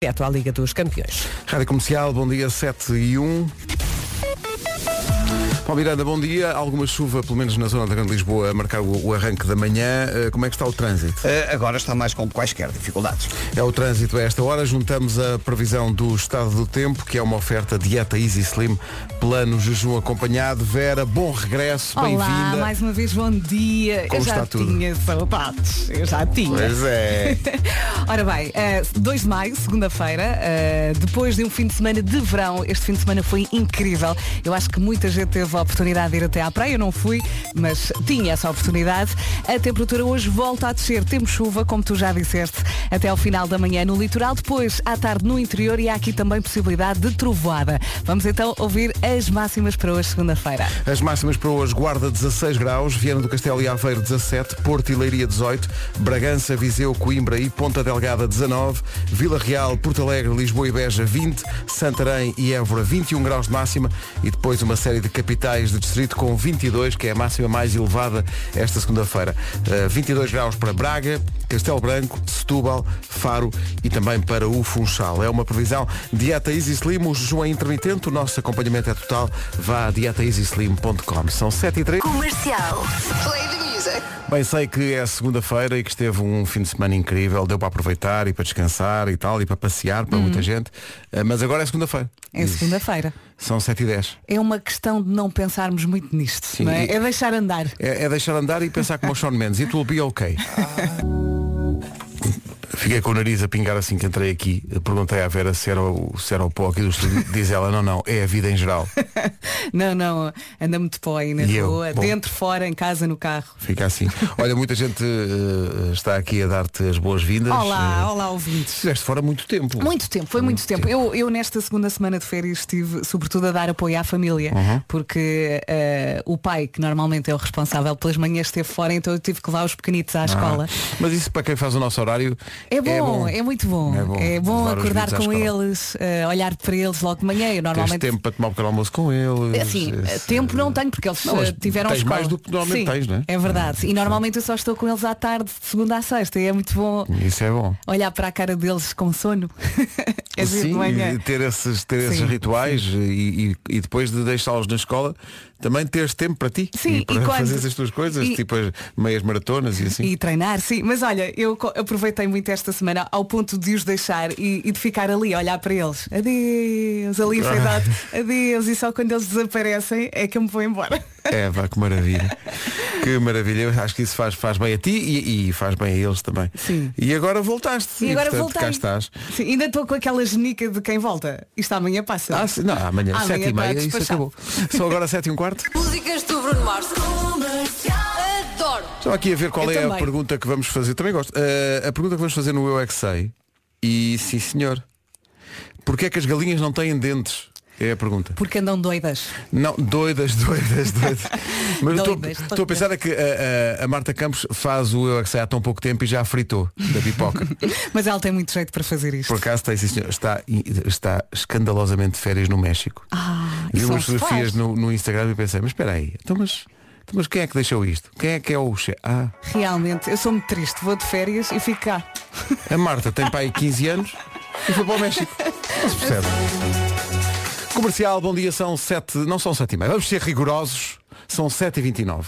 Direto à Liga dos Campeões. Rádio Comercial, bom dia, 7 e 1. Bom, Miranda, bom dia. Alguma chuva, pelo menos na zona da Grande Lisboa, a marcar o, o arranque da manhã. Eh, como é que está o trânsito? Eh, agora está mais com quaisquer dificuldades. É o trânsito a esta hora. Juntamos a previsão do estado do tempo, que é uma oferta dieta Easy Slim, plano jejum acompanhado. Vera, bom regresso, Olá, bem-vinda. mais uma vez bom dia. Como eu já está tudo? tinha saudades, eu já tinha. Pois é. Ora bem, eh, 2 de maio, segunda-feira, eh, depois de um fim de semana de verão, este fim de semana foi incrível. Eu acho que muita gente teve a oportunidade de ir até à praia, eu não fui, mas tinha essa oportunidade. A temperatura hoje volta a descer, temos chuva, como tu já disseste, até ao final da manhã no litoral, depois à tarde no interior e há aqui também possibilidade de trovoada. Vamos então ouvir as máximas para hoje, segunda-feira. As máximas para hoje, Guarda 16 graus, Viana do Castelo e Aveiro 17, Porto e Leiria 18, Bragança, Viseu, Coimbra e Ponta Delgada 19, Vila Real, Porto Alegre, Lisboa e Beja 20, Santarém e Évora 21 graus de máxima e depois uma série de capitais de distrito com 22, que é a máxima mais elevada esta segunda-feira. Eh, 22 graus para Braga, Castelo Branco, Setúbal, Faro e também para o Funchal. É uma previsão Dieta Easy Slim, o jejum é intermitente, o nosso acompanhamento é total. Vá a dietaeasyslim.com. São 7 e 3. Comercial. Play the music. Bem, sei que é segunda-feira e que esteve um fim de semana incrível, deu para aproveitar e para descansar e tal, e para passear para muita gente, Eh, mas agora é segunda-feira. É segunda-feira. São 7 e 10. É uma questão de não pensarmos muito nisto, Sim, não é? e- É deixar andar. É, é deixar andar e pensar como o Sean Mendes. It will be okay. Fiquei com o nariz a pingar assim que entrei aqui. Perguntei à Vera se era o, se era o pó aqui do estúdio. Diz ela, não, não, é a vida em geral. Não, não, anda muito pó aí na E eu? rua, Bom. dentro, fora, em casa, no carro. Fica assim. Olha, muita gente eh, está aqui a dar-te as boas-vindas. Olá, Eh, olá ouvintes. Estiveste fora muito tempo. Muito tempo, foi muito, tempo. Eu, eu nesta segunda semana de férias estive sobretudo a dar apoio à família, Uhum. porque eh, o pai, que normalmente é o responsável pelas manhãs, esteve fora, então eu tive que levar os pequenitos à escola. Ah, mas isso para quem faz o nosso horário É bom, é, muito bom. É bom levar os acordar miúdos à com escola. eles, eh, olhar para eles logo de manhã. Eu Tens normalmente tempo para tomar um pequeno almoço com eles. eh, Assim, Esse- tempo não tenho, porque eles Não, mas eh, tiveram tens escola. mais do que normalmente Sim, tens, não é? É verdade. E normalmente eu só estou com eles à tarde, de segunda à sexta, e é muito bom Isso é bom. olhar para a cara deles com sono. é giro de Sim, manhã. e ter esses, ter esses Sim, rituais E, e- e depois de deixá-los na escola também teres tempo para ti e Sim, e para quando- fazer as tuas coisas, e- tipo as meias maratonas e assim. E treinar, sim. Mas olha, eu co- aproveitei muito esta semana ao ponto de os deixar e, e de ficar ali, a olhar para eles. Adeus, ali foi dado. Adeus. E só quando eles desaparecem é que eu me vou embora. É, vá, que maravilha. que maravilha. Eu acho que isso faz, faz bem a ti e, e faz bem a eles também. Sim. E agora voltaste. E agora portanto, voltei. cá estás. Sim, ainda estou com aquela genica de quem volta. Isto amanhã passa. Ah, sim, não, amanhã, Amanhã sete e está meia, isso despachado. acabou. São agora sete e um quarto. Músicas do Bruno Mars. Adoro. Estou aqui a ver qual Eu é a também. pergunta que vamos fazer. Também gosto. Eh, a pergunta que vamos fazer no Eu é que sei. E sim senhor. Porquê é que as galinhas não têm dentes? É a pergunta. Porque andam doidas. Não, doidas, doidas, doidas. Mas eu estou- Doidas, doidas. estou a pensar é que a, a- a Marta Campos faz o Eu é que sei há tão pouco tempo e já fritou da pipoca. Mas ela tem muito jeito para fazer isto. Por acaso tem, sim, senhor. Está, está escandalosamente de férias no México. Ah, Vi isso umas não se fotografias faz. no, no Instagram e pensei, mas espera aí, então, mas, então, mas quem é que deixou isto? Quem é que é o chefe? Ah, Realmente, eu sou muito triste. Vou de férias e fico cá. a Marta tem pai 15 anos e foi para o México. Não se percebe. Comercial, bom dia, são 7, não são 7 e meia, vamos ser rigorosos, são 7 e 29.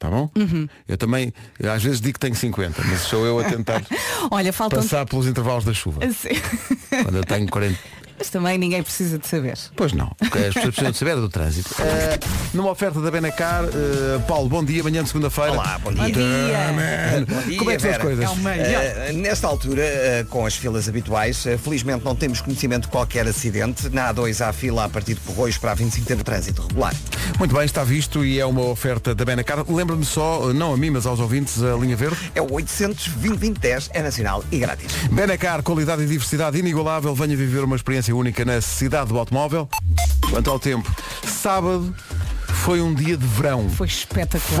Tá bom? Uhum. Eu também, eu às vezes digo que tenho 50, mas sou eu a tentar Então Olha, faltam. passar pelos intervalos da chuva. Quando eu tenho 40, Mas também ninguém precisa de saber. Pois não, porque as pessoas precisam de saber do trânsito. Eh, numa oferta da Benacar, eh, Paulo, bom dia, amanhã de segunda-feira. Olá, bom Bom dia. dia. Bom dia, Como é que são as Vera. coisas? É uma- Eh, nesta altura, eh, com as filas habituais, eh, felizmente não temos conhecimento de qualquer acidente. Na A2 há fila a partir de Corroios para a 25 de trânsito regular. Muito bem, está visto e é uma oferta da Benacar. Lembra-me só, eh, não a mim, mas aos ouvintes, a linha verde. É o 800 é nacional e grátis. Benacar, qualidade e diversidade inigualável. Venha viver uma experiência única na cidade do automóvel. Quanto ao tempo, sábado foi um dia de verão. Foi espetacular.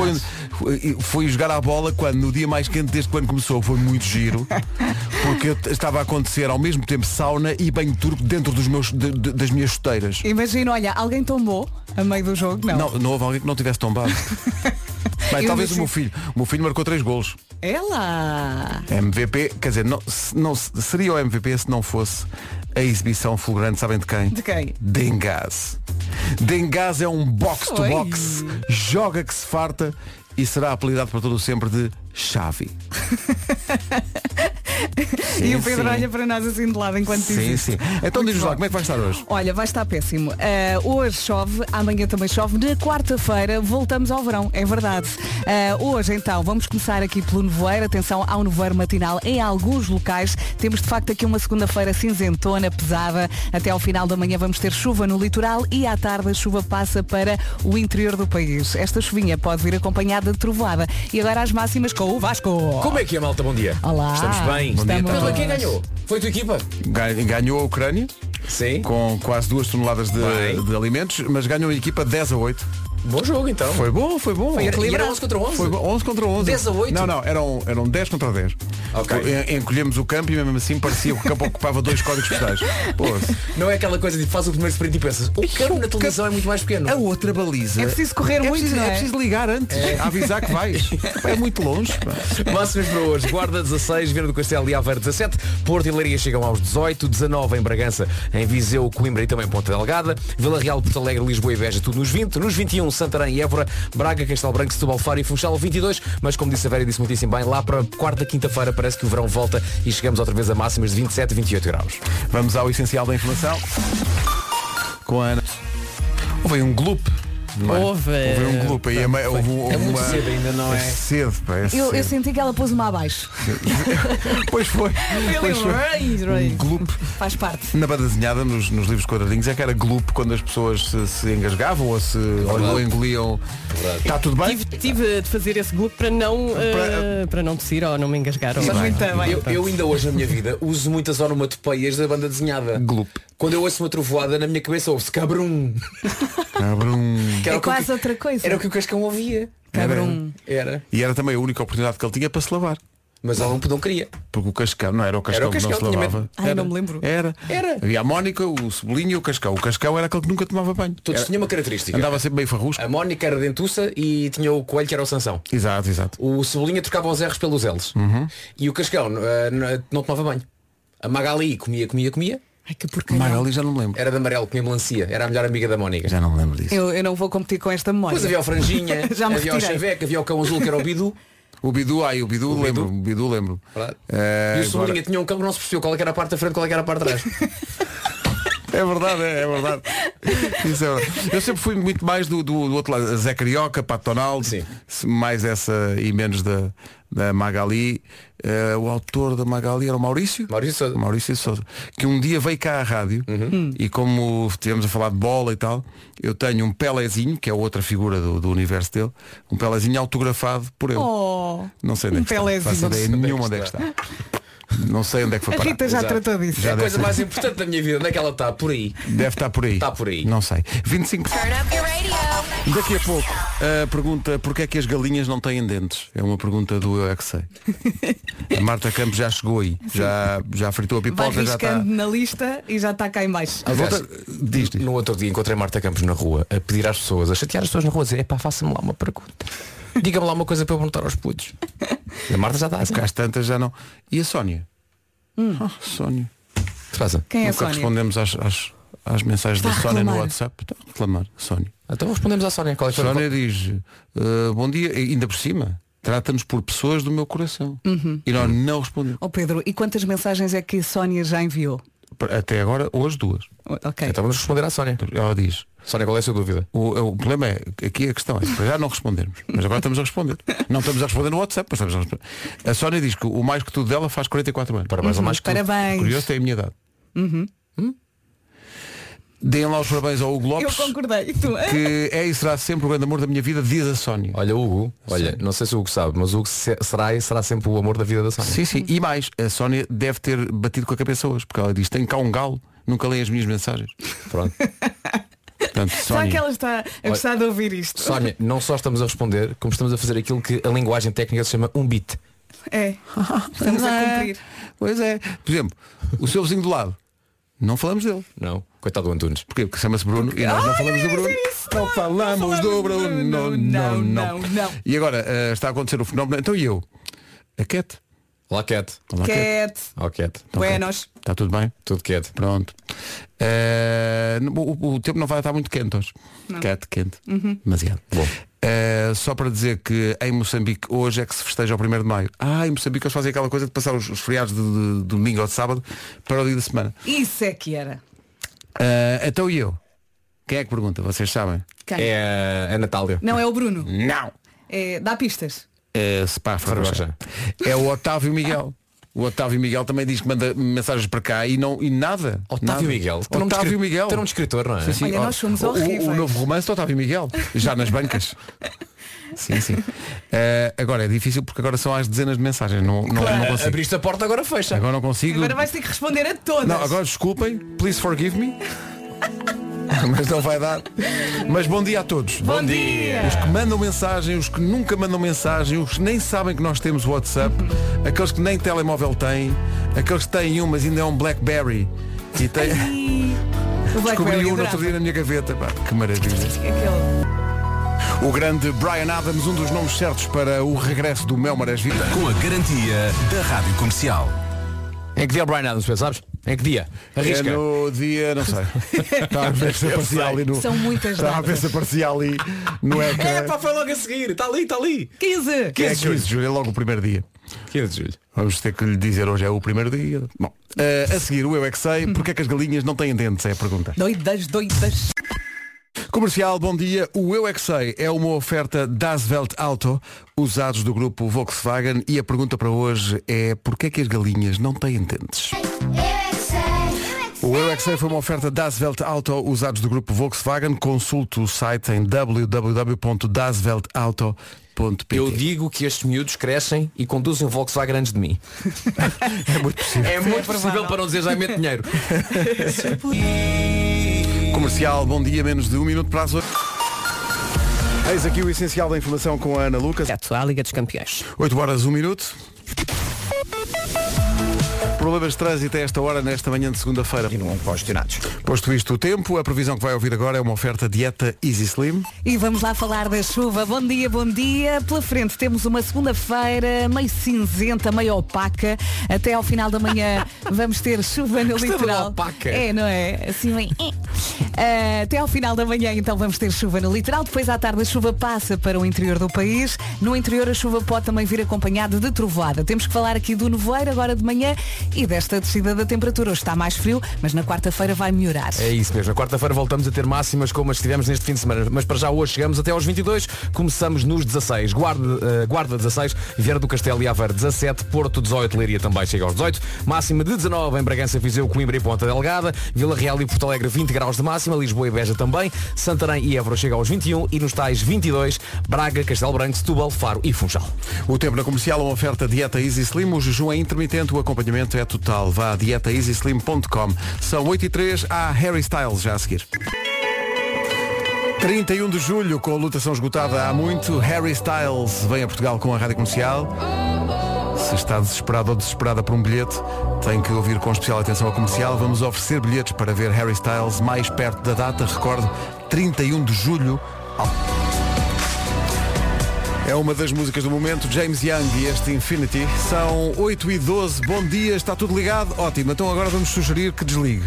Foi, um, foi jogar à bola quando no dia mais quente desde quando começou foi muito giro porque eu t- estava a acontecer ao mesmo tempo sauna e banho turco dentro dos meus de- de- das minhas chuteiras Imagina, olha, alguém tombou a meio do jogo? Não. não não houve alguém que não tivesse tombado Bem, Eu talvez o disse- meu filho o meu filho marcou três golos Ela! MVP, quer dizer, não, se- não- seria o MVP se não fosse a exibição fulgurante, sabem de quem? De quem? Dengaz. Dengaz é um box-to-box, joga que se farta e será apelidado para todo o sempre de Xavi. e o Sim, Pedro sim. olha para nós assim de lado enquanto diz Sim, isto. sim. Então Muito diz-nos lá, bom. como é que vai estar hoje? Olha, vai estar péssimo. Eh, hoje chove, amanhã também chove. Na quarta-feira voltamos ao verão, é verdade. Eh, hoje então, vamos começar aqui pelo nevoeiro. Atenção ao nevoeiro matinal em alguns locais. Temos de facto aqui uma segunda-feira cinzentona, pesada. Até ao final da manhã vamos ter chuva no litoral e à tarde a chuva passa para o interior do país. Esta chuvinha pode vir acompanhada de trovoada. E agora as máximas com o Vasco. Como é que é, malta? Bom dia. Olá. Estamos bem. Bom dia, Pedro, estamos. quem ganhou? Foi a tua equipa? Ga- Ganhou a Ucrânia Sim. com quase duas toneladas de, Bem. de alimentos, mas ganhou a equipa 10 a 8. Bom jogo, então. Foi bom, foi bom. E era- e era equilibrado. 11 contra 11? Foi bom, 11 contra 11. 10 a 8? Não, não, eram, eram 10 contra 10. Ok. En- Encolhemos o campo e mesmo assim parecia que o campo ocupava dois códigos postais. Pô, Não é aquela coisa de faz o primeiro sprint e pensas, o campo na televisão é muito mais pequeno. a outra baliza. É preciso correr é muito, preciso, não é? é preciso ligar antes, a avisar que vais. É muito longe. pá. Máximas para hoje. Guarda 16, Viana do Castelo e Aveiro 17. Porto e Leiria chegam aos 18. 19 em Bragança, em Viseu, Coimbra e também Ponta Delgada. Vila Real, Porto Alegre, Lisboa e Veja, tudo nos 20. Nos 21, Santarém e Évora. Braga, Castelo Branco, Setúbal, Faro e Funchal 22. Mas como disse a Vera, e disse muitíssimo bem, lá para quarta, quinta-feira parece que o verão volta e chegamos outra vez a máximas de 27, 28 graus. Vamos ao essencial da informação. Com a Ana. Houve um gloop. não é? Houve. Houve um gloop. aí a meio- houve uma... É muito cedo ainda, não é? cedo, pá, é Eu, eu cedo. senti que ela pôs-me abaixo. Pois foi. Pois foi. Um gloop. Faz parte. Na badazinhada, nos, nos livros quadradinhos, é que era gloop quando as pessoas se, se engasgavam ou É se ou engoliam. Está tudo bem? Tive, tive de fazer esse globo para não, eh, para não tossir ou não me engasgar. ou- Eu, eu ainda hoje na minha vida uso muitas onomatopeias da banda desenhada. Gloop. Quando eu ouço uma trovoada na minha cabeça ouve-se cabrum. Abre um- Que É o que o- quase outra coisa. Era o que o Cascão ouvia. Cabrum. Era. E era também a única oportunidade que ele tinha para se lavar. Mas ela não, não queria. Porque o Cascão, não era o Cascão, Era o Cascão, que não se tinha lavava. medo. Ai, não me lembro. Era. Era. Havia a Mónica, o Cebolinho e o Cascão. O Cascão era aquele que nunca tomava banho. Todos Era- tinham uma característica. Andava sempre meio farrusco. A Mónica era dentuça e tinha o coelho que era o Sansão. Exato, exato. O Cebolinha trocava os R's pelos L's. E o Cascão eh, n- não tomava banho. A Magali comia, comia, comia. Ai, que porcaria. Magali já não me lembro. Era de amarelo, comia melancia. Era a melhor amiga da Mónica. Já não me lembro disso. Eu, eu não vou competir com esta memória. Depois havia o Franjinha, Já me havia o retirei. Chaveca, havia o Cão Azul que era o Bidu. O Bidu, ai, o Bidu, lembro. O Bidu, lembro. Verdade. Eh, e o Cebolinha agora- tinha um cão que não se percebeu qual é que era a parte da frente, qual é que era a parte de trás. É verdade, é, é verdade. Isso é verdade. Eu sempre fui muito mais do, do, do outro lado, Zé Carioca, Pato Donald, Sim. se- mais essa e menos da, da Magali. Eh, o autor da Magali era o Maurício? Maurício Uhum. Sousa. Maurício Sousa. Que um dia veio cá à rádio Hum. e como estivemos a falar de bola e tal, eu tenho um Pelezinho, que é outra figura do, do universo dele, um Pelezinho autografado por ele. Oh, Não sei onde um é que está. Não Pelezinho. faço ideia Não sei onde é nenhuma que onde é que está. Não sei onde é que foi A parar. Rita já Exato. tratou disso. é a coisa mais importante da minha vida. Onde é que ela está? Por aí. Deve estar por aí. Está por aí. Não sei. 25. Daqui a pouco, a pergunta porquê é que as galinhas não têm dentes? É uma pergunta do Eu é que sei. A Marta Campos já chegou aí. Já, já fritou a Vai pipoca, já tá. está. riscando na lista e já está cá em baixo. A volta- Diz, diz. No outro dia encontrei Marta Campos na rua a pedir às pessoas, a chatear as pessoas na rua, a dizer, epá, faça-me lá uma pergunta. Diga-me lá uma coisa para eu perguntar aos putos. A Marta já está assim. Porque às tantas já não. E a Sónia? Ah, Sónia. O que se passa? Hum. Quem é a Nunca Sónia? respondemos às, às, às mensagens da Está a Sónia no reclamar. WhatsApp. Está a reclamar, Sónia. Então respondemos à Sónia. Qual é que foi a- Sónia diz, "Ah, bom dia, e ainda por cima, trata-nos por pessoas do meu coração. Uhum. E nós não respondemos. Oh Pedro, e quantas mensagens é que a Sónia já enviou? Até agora, hoje duas. O- Ok. Então vamos responder à Sónia. Ela diz, Sónia, qual é a sua dúvida? O, o problema é, aqui a questão é, para já não respondermos, mas agora estamos a responder. Não estamos a responder no WhatsApp, mas estamos a responder. A Sónia diz que o mais que tudo dela faz 44 anos. Parabéns Uhum, ao mais que tudo. Parabéns. um. Curioso, tem a minha idade. Hum? Deem lá os parabéns ao Hugo Eu Lopes, concordei. E tu? Ah, que é e será sempre o grande amor da minha vida, diz a Sónia. Olha, Hugo, olha, não sei se o Hugo sabe, mas o Hugo se- será e será sempre o amor da vida da Sónia. Sim, sim. E mais, a Sónia deve ter batido com a cabeça hoje, porque ela diz, tem cá um galo, nunca leem as minhas mensagens. Pronto. Portanto, Será que Sónia, ela está a gostar de ouvir isto? Sónia, não só estamos a responder, como estamos a fazer aquilo que a linguagem técnica se chama um beat. É. Estamos a cumprir. Pois é. Por exemplo, o seu vizinho do lado. Não falamos dele. Não. Coitado do Antunes. Porquê? Porque chama-se Bruno e nós não falamos do Bruno. Não falamos do Bruno. Não, não, não. não. E agora eh, está a acontecer o fenómeno. Então e eu? Eh, A Cat. Lá quieto. Olá, Cat. Cat. Ó quieto. Então, Cat. Buenos. Está tudo bem? Tudo quieto. Pronto. Eh, o, o tempo não vai estar muito quente hoje. Cat quente. Demasiado. Bom. só para dizer que em Moçambique hoje é que se festeja o 1 de Maio. Ah, em Moçambique eles fazem aquela coisa de passar os, os feriados de, de domingo ou de sábado para o dia da semana. Isso é que era. Eh, então e eu? Quem é que pergunta? Vocês sabem? Quem? É a- a Natália. Não é o Bruno. Não! É, dá pistas. É, Spa Ferrocha. Ferrocha. É o Otávio Miguel. O Otávio Miguel também diz que manda mensagens para cá e, não, e nada. nada. Otávio Miguel. Tem nome de Otávio escri- Miguel. Tem nome de escritor, não é? Sim, sim. Olha, nós somos o, horríveis. O, o novo romance do Otávio Miguel, já nas bancas. sim, sim. Eh, agora é difícil porque agora são às dezenas de mensagens. Não, não, não Ah, consigo. Abriste a porta, agora fecha. Agora não consigo. Agora vais ter que responder a todas. Não, agora desculpem, please forgive me. Mas não vai dar. Mas bom dia a todos. Bom dia. Os que mandam mensagem, os que nunca mandam mensagem, os que nem sabem que nós temos WhatsApp, aqueles que nem telemóvel têm, aqueles que têm um, mas ainda é um Blackberry. E tem, O descobri Blackberry um no adorava. outro dia na minha gaveta. Pá, que maravilha. Aquele. O grande Brian Adams, um dos nomes certos para o regresso do Mel Marés Vida. Com a garantia da Rádio Comercial. Em que dia é o Brian Adams, sabes? Em que dia? É Arrisca. no dia, não sei. Está a ver se aparecia ali no. São muitas Está a ver datas. se aparecia ali no ecrã. É, pá, foi logo a seguir. Está ali, está ali. 15. É 15 de julho, é logo o primeiro dia. 15 é de julho. Vamos ter que lhe dizer hoje é o primeiro dia. Bom, eh, a seguir o Eu É Que Sei, porque é que as galinhas não têm dentes, é a pergunta. Doidas, doidas. Comercial, bom dia. O Eu É Que Sei é uma oferta das Welt Auto, usados do grupo Volkswagen, e a pergunta para hoje é porquê é que as galinhas não têm dentes? O Eu É Que Sei foi uma oferta das Welt Auto, usados do grupo Volkswagen. Consulte o site em www.dasweltauto.pt Eu digo que estes miúdos crescem e conduzem o Volkswagen antes de mim. É muito possível. É muito provável. possível para não dizer já mete dinheiro. Comercial, bom dia, menos de um minuto para as oito. Eis aqui o essencial da informação com a Ana Lucas. Candidato à Liga dos Campeões. 8 horas, 1 minuto. Problemas de trânsito a esta hora, nesta manhã de segunda-feira. Continuam questionados. Posto isto o tempo, a previsão que vai ouvir agora é uma oferta dieta Easy Slim. E vamos lá falar da chuva. Bom dia, bom dia. Pela frente temos uma segunda-feira meio cinzenta, meio opaca. Até ao final da manhã vamos ter chuva no Gostava de litoral. opaca. É, não é? Assim bem. eh. Até ao final da manhã então vamos ter chuva no litoral. Depois à tarde a chuva passa para o interior do país. No interior a chuva pode também vir acompanhada de trovoada. Temos que falar aqui do nevoeiro agora de manhã e desta descida da temperatura. Hoje está mais frio, mas na quarta-feira vai melhorar. É isso mesmo. Na quarta-feira voltamos a ter máximas como as que tivemos neste fim de semana. Mas para já hoje chegamos até aos 22. Começamos nos 16. Guarda, eh, Guarda 16, Vieira do Castelo e Aveiro 17, Porto 18, Leiria também chega aos 18. Máxima de 19 em Bragança, Viseu, Coimbra e Ponta Delgada. Vila Real e Porto Alegre 20 graus de máxima. Lisboa e Beja também. Santarém e Évora chega aos 21 e nos tais 22, Braga, Castelo Branco, Setúbal, Faro e Funchal. O tempo na comercial é uma oferta dieta Easy Slim. O jejum é intermitente, o acompanhamento é total. Vá a dietaeasyslim.com. São 8 e 3 há Harry Styles já a seguir. 31 de julho, com a lutação esgotada há muito, Harry Styles vem a Portugal com a rádio comercial. Se está desesperado ou desesperada por um bilhete, tem que ouvir com especial atenção a comercial. Vamos oferecer bilhetes para ver Harry Styles mais perto da data. Recorde, 31 de julho. É uma das músicas do momento, James Young e este Infinity. São 8 e 12 bom dia, está tudo ligado? Ótimo, então agora vamos sugerir que desligue.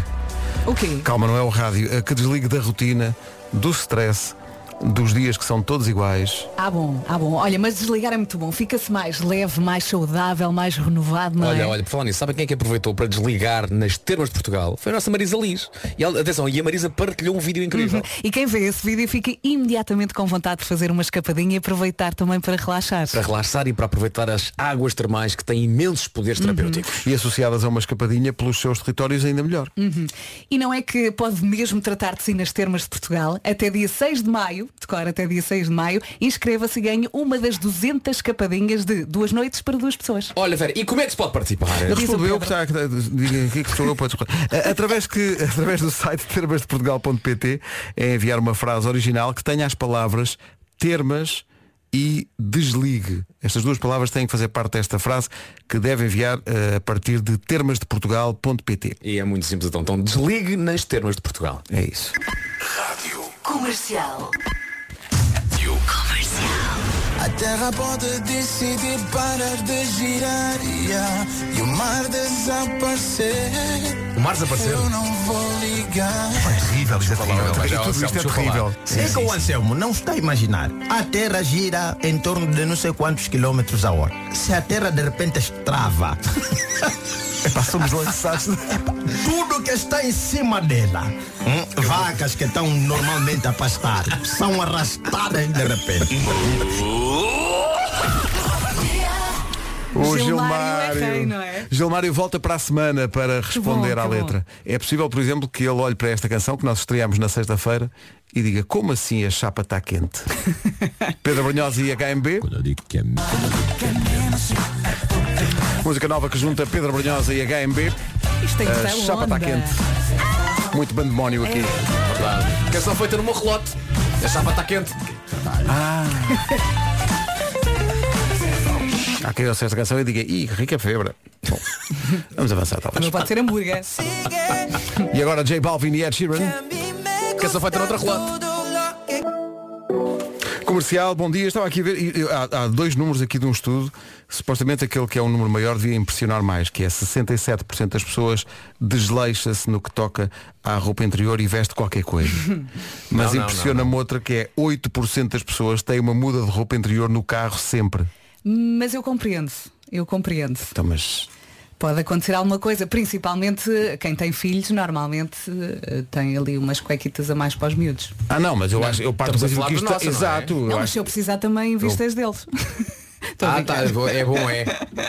O quê? Calma, não é o rádio, é que desligue da rotina, do stress, dos dias que são todos iguais. Ah bom, ah bom. Olha, mas desligar é muito bom. Fica-se mais leve, mais saudável, mais renovado, não é? Olha, olha, por falar nisso, sabem quem é que aproveitou para desligar nas termas de Portugal? Foi a nossa Marisa Liz. E ela- atenção, e a Marisa partilhou um vídeo incrível. E quem vê esse vídeo fica imediatamente com vontade de fazer uma escapadinha e aproveitar também para relaxar. Para relaxar e para aproveitar as águas termais que têm imensos poderes Uhum. terapêuticos. E associadas a uma escapadinha pelos seus territórios ainda melhor. Uhum. E não é que pode mesmo tratar de si nas termas de Portugal. Até dia 6 de maio, decora até dia 6 de maio, inscreva-se e ganhe uma das 200 escapadinhas de duas noites para duas pessoas. Olha, Vera, e como é que se pode participar? Respondeu que está diga aqui que sou eu para discordar. A- através que através do site termasdeportugal.pt é enviar uma frase original que tenha as palavras termas e desligue. Estas duas palavras têm que fazer parte desta frase que deve enviar eh, a partir de termasdeportugal.pt. E é muito simples então. Então desligue nas termas de Portugal. É isso. Comercial. A terra pode decidir parar de girar yeah, e o mar desaparecer. O mar desapareceu. Eu não vou ligar. Terrível, isto é terrível. Mas já, E tudo isto Anselmo, é desculpa lá. terrível. Sei que o Anselmo não está a imaginar. A Terra gira em torno de não sei quantos quilómetros a hora. Se a Terra de repente estrava, Pá, somos lançados. tudo que está em cima dela, hum, vacas que estão normalmente a pastar, são arrastadas de repente. O Gilmário Gilmário. é rei, não é? Gilmário volta para a semana para responder bom, à que bom. letra. É possível, por exemplo, que ele olhe para esta canção que nós estreámos na sexta-feira e diga como assim a chapa está quente? Pedro Brunhosa e HMB. é Música nova que junta Pedro Brunhosa e HMB. Isto tem que A estar chapa está Então onda. tá É. quente. Muito bandemónio aqui. A canção é feita no relote. A chapa está quente. Há quem ouça esta canção e diga, ih, que rica febra. Bom, vamos avançar talvez. Mas pode ser hambúrguer. E agora J Balvin e Ed Sheeran. Canção feita noutra relote. Comercial, bom dia. Estava aqui a ver. e- e- Há, há dois números aqui de um estudo. Supostamente aquele que é um número maior devia impressionar mais, que é 67% das pessoas desleixa-se no que toca à roupa interior e veste qualquer coisa. Mas Não, não, impressiona-me outra que é 8% das pessoas têm uma muda de roupa interior no carro sempre. Mas eu compreendo. Eu compreendo. Então, mas Pode acontecer alguma coisa, principalmente quem tem filhos, normalmente eh, tem ali umas cuequitas a mais para os miúdos. Ah não, mas eu acho, eu parto do estamos a princípio falar que isto da nossa, não é? exato, eu Não, mas acho- se eu precisar também vistas deles. Estou a Ah, tá, brincar. é bom, é. bom, é. não, estava- Não,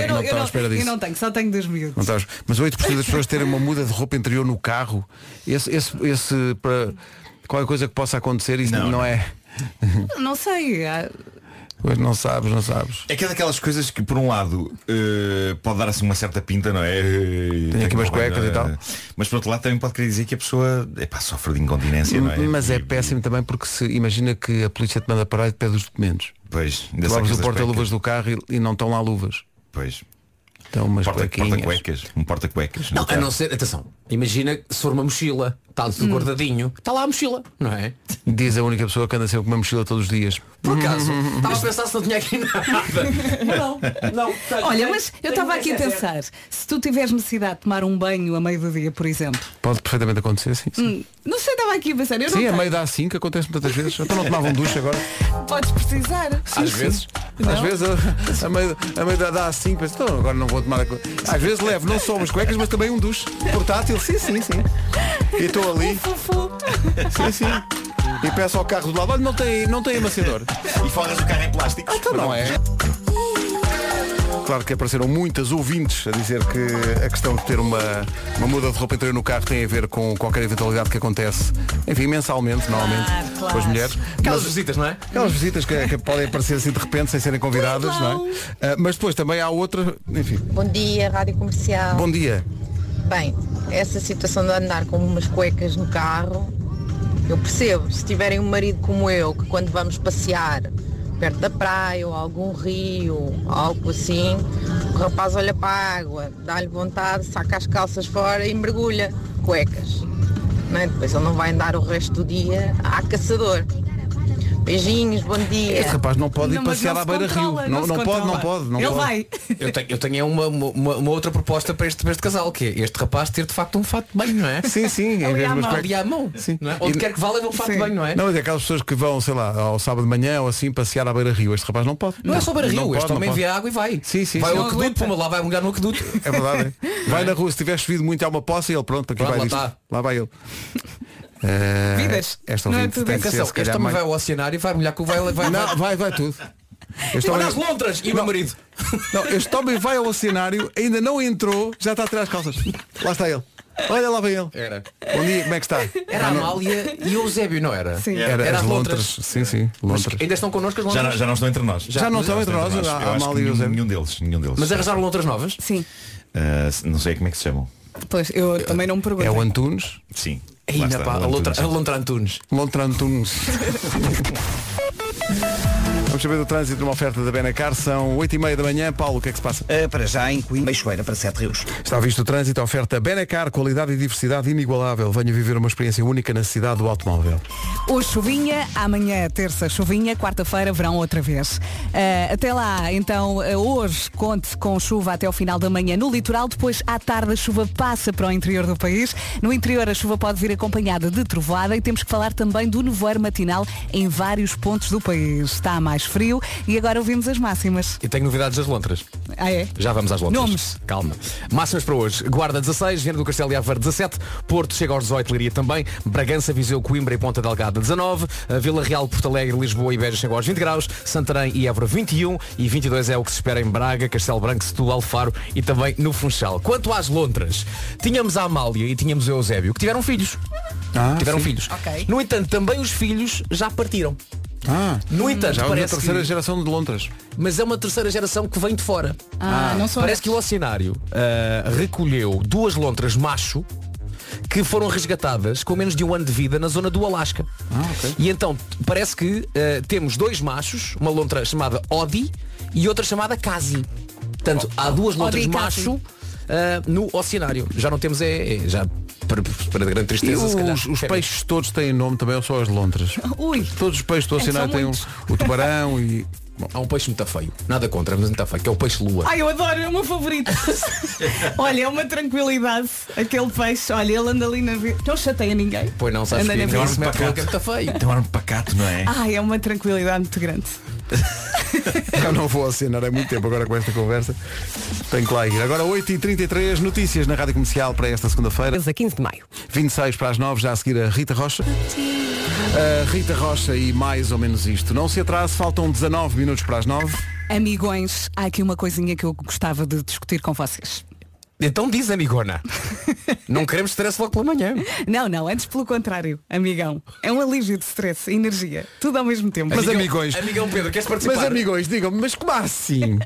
eu não, eu estava à espera não, eu disso. não tenho, só tenho dos miúdos. Não estás- Mas 8% das pessoas terem uma muda de roupa interior no carro, esse, esse, esse para qualquer coisa que possa acontecer, isso não, é. Não sei. ah, Pois não sabes, não sabes. É que é daquelas coisas que por um lado eh, pode dar assim uma certa pinta, não é? Eh, tem aqui umas que morrer, cuecas e eh, tal. Mas por outro lado também pode querer dizer que a pessoa epá, sofre de incontinência, não é? Mas é E- péssimo também porque se imagina que a polícia te manda parar e te pede os documentos. Pois, ainda Tu abres sacas o as porta-luvas cuecas. do carro e, e não estão lá luvas. Pois. Estão umas Porta- cuequinhas. Porta-cuecas. Um porta-cuecas. Não, no a não carro. ser, atenção, imagina que se for uma mochila, está tudo Hum. guardadinho, está lá a mochila, não é? Diz a única pessoa que anda sempre com uma mochila todos os dias. Por acaso, Uhum. estava a pensar se não tinha aqui nada. Não, não. Olha, mas eu estava aqui a pensar, se tu tiveres necessidade de tomar um banho a meio do dia, por exemplo, Pode perfeitamente acontecer, sim. Sim, não sei, estava aqui a pensar, eu Sim, a não meio da A5 acontece muitas vezes. Então não tomavam ducha agora. tenho, podes precisar. Às vezes. Às vezes a, a meio, a meio da, da A5 penso, "Então, agora não vou tomar a coisa. Às vezes levo não só umas cuecas, mas também um duche portátil, sim, sim, sim. E estou ali, Fufu. sim, sim. E peço ao carro do lado, olha, não tem, não tem amaciador. Ah, E forras o carro em tá plástico. Então não é. Claro que apareceram muitas ouvintes a dizer que a questão de ter uma, uma muda de roupa interior no carro tem a ver com qualquer eventualidade que acontece, enfim, mensalmente, normalmente, claro. com as mulheres. Aquelas Mas- visitas, não é? Aquelas visitas que, que podem aparecer assim de repente sem serem convidadas, não é? Ah, mas depois também há outra, enfim. Bom dia, Rádio Comercial. Bom dia. Bem, essa situação de andar com umas cuecas no carro, eu percebo. Se tiverem um marido como eu, que quando vamos passear perto da praia ou algum rio, algo assim, o rapaz olha para a água, dá-lhe vontade, saca as calças fora e mergulha cuecas. Não é? Depois ele não vai andar o resto do dia a caçador. Beijinhos, bom dia. Esse rapaz não pode Não, ir mas passear não à se beira rio. controla, Não, se não pode, controla. não pode, não Ele pode. vai. Eu tenho, eu tenho é uma, uma, uma outra proposta para este, para este casal, que é este rapaz ter de facto um fato de banho, não é? Sim, sim, em Ali vez de umas à mão, cuecas. ali à mão. Sim. não é? Onde E- quer que vá, leva um fato de banho, não é? Não, mas é aquelas pessoas que vão, sei lá, ao sábado de manhã ou assim passear à beira rio. Este rapaz não pode. Não é só para Não rio, pode, este não homem pode. vê a água e vai. Sim, sim, vai sim. ao Não aqueduto, puma lá, vai molhar no aqueduto. É verdade. hein? Vai na rua, se tiver chovido muito há uma poça, ele pronto, aqui Pronto, vai lá disto. está. Lá vai ele. Eh, Vidas. Esta Não é ouvinte tudo tem isso. que ser, Atenção, se este calhar, homem vai mais... ao oceanário e vai molhar com o vai, vai, vai. Não, vai, vai tudo. Este Olha homem- as lontras e o meu marido. Não, este homem vai ao cenário, ainda não entrou, já está a tirar as calças. Lá está ele. Olha lá vem ele. Era. Bom dia, como é que está? Era a Ah, não. Amália e o Eusébio, não era? Sim. Era, Era as as lontras. lontras. Sim, sim, Mas lontras. ainda estão connosco as Já, não- lontras. já não estão entre nós. Já não estão entre nós, Eu a acho Amália que e o nenhum, Zé. nenhum deles, nenhum deles. Mas arranjaram lontras novas? Sim, Ah, se- não sei como é que se chamam. pois eu também não me pergunto. É o Antunes. Sim. lá Ainda está, pá, a Alan lontra, Turing. a lontra Antunes. Lontra Antunes. Vamos saber do trânsito numa oferta da Benacar. São 8h30 da manhã. Paulo, o que é que se passa? Eh, para já em Coimbra, Meixoeira, para Sete Rios. Está visto o trânsito, a oferta Benacar, qualidade e diversidade inigualável. Venha viver uma experiência única na cidade do automóvel. Hoje chuvinha, amanhã é terça chuvinha, quarta-feira verão outra vez. Ah, até lá, então ah, hoje conte com chuva até ao final da manhã no litoral, depois à tarde a chuva passa para o interior do país. No interior a chuva pode vir acompanhada de trovoada e temos que falar também do nevoeiro matinal em vários pontos do país. Está mais frio e agora ouvimos as máximas. E tenho novidades das lontras. Ah é? Já vamos às lontras. Nomes. Calma. Máximas para hoje. Guarda 16, Viana do Castelo e Aveiro 17, Porto chega aos 18, Leiria também, Bragança, Viseu, Coimbra e Ponta Delgada 19, a Vila Real, Porto Alegre, Lisboa e Beja chegam aos 20 graus, Santarém e Évora 21 e 22 é o que se espera em Braga, Castelo Branco, Setúbal, Faro e também no Funchal. Quanto às lontras, tínhamos a Amália e tínhamos o Eusébio que tiveram filhos. tiveram Ah, sim. filhos. Ok. No entanto, também os filhos já partiram. no entanto, já é uma parece terceira que- geração de Londres. mas é uma terceira geração que vem de fora. Ah, não sou Parece que o Oceanário ah, recolheu duas lontras macho que foram resgatadas com menos de um ano de vida na zona do Alasca. Ah, E então parece que ah, temos dois machos, uma lontra chamada Odi e outra chamada Kazi. Portanto, há duas lontras Odi e Kazi. macho ah, no Oceanário. Já não temos é, é, já para, para grande E tristeza se calhar. É os, os peixes todos têm nome também, ou só as Londres? Ui. Todos os peixes do É que são oceano têm um, muitos. o tubarão e. Há um peixe muito feio. Nada contra, mas muito feio, que é o peixe lua. Ai, eu adoro, é o meu favorito. olha, é uma tranquilidade. Aquele peixe, olha, ele anda ali na vida. Não chateia ninguém. Pois não, sabes Anda que na tem vida. um pacato. que é muito feio. Tem um ar pacato, não é? Ai, é uma tranquilidade muito grande. Eu não vou assinar há muito tempo agora com esta conversa. Tenho que lá ir. Agora 8h33, notícias na Rádio Comercial para esta segunda-feira. A 15 de maio. 26 para as 9, já a seguir a Rita Rocha. A Rita Rocha e mais ou menos isto. Não se atrase, faltam 19 minutos para as 9. Amigões, há aqui uma coisinha que eu gostava de discutir com vocês. Então diz, amigona. não queremos stress logo pela manhã. Não, não, antes pelo contrário, amigão. É um alívio de stress, energia, tudo ao mesmo tempo. Então Mas amigões. Amigão Pedro, queres participar? Mas amigões, digam-me, mas como assim?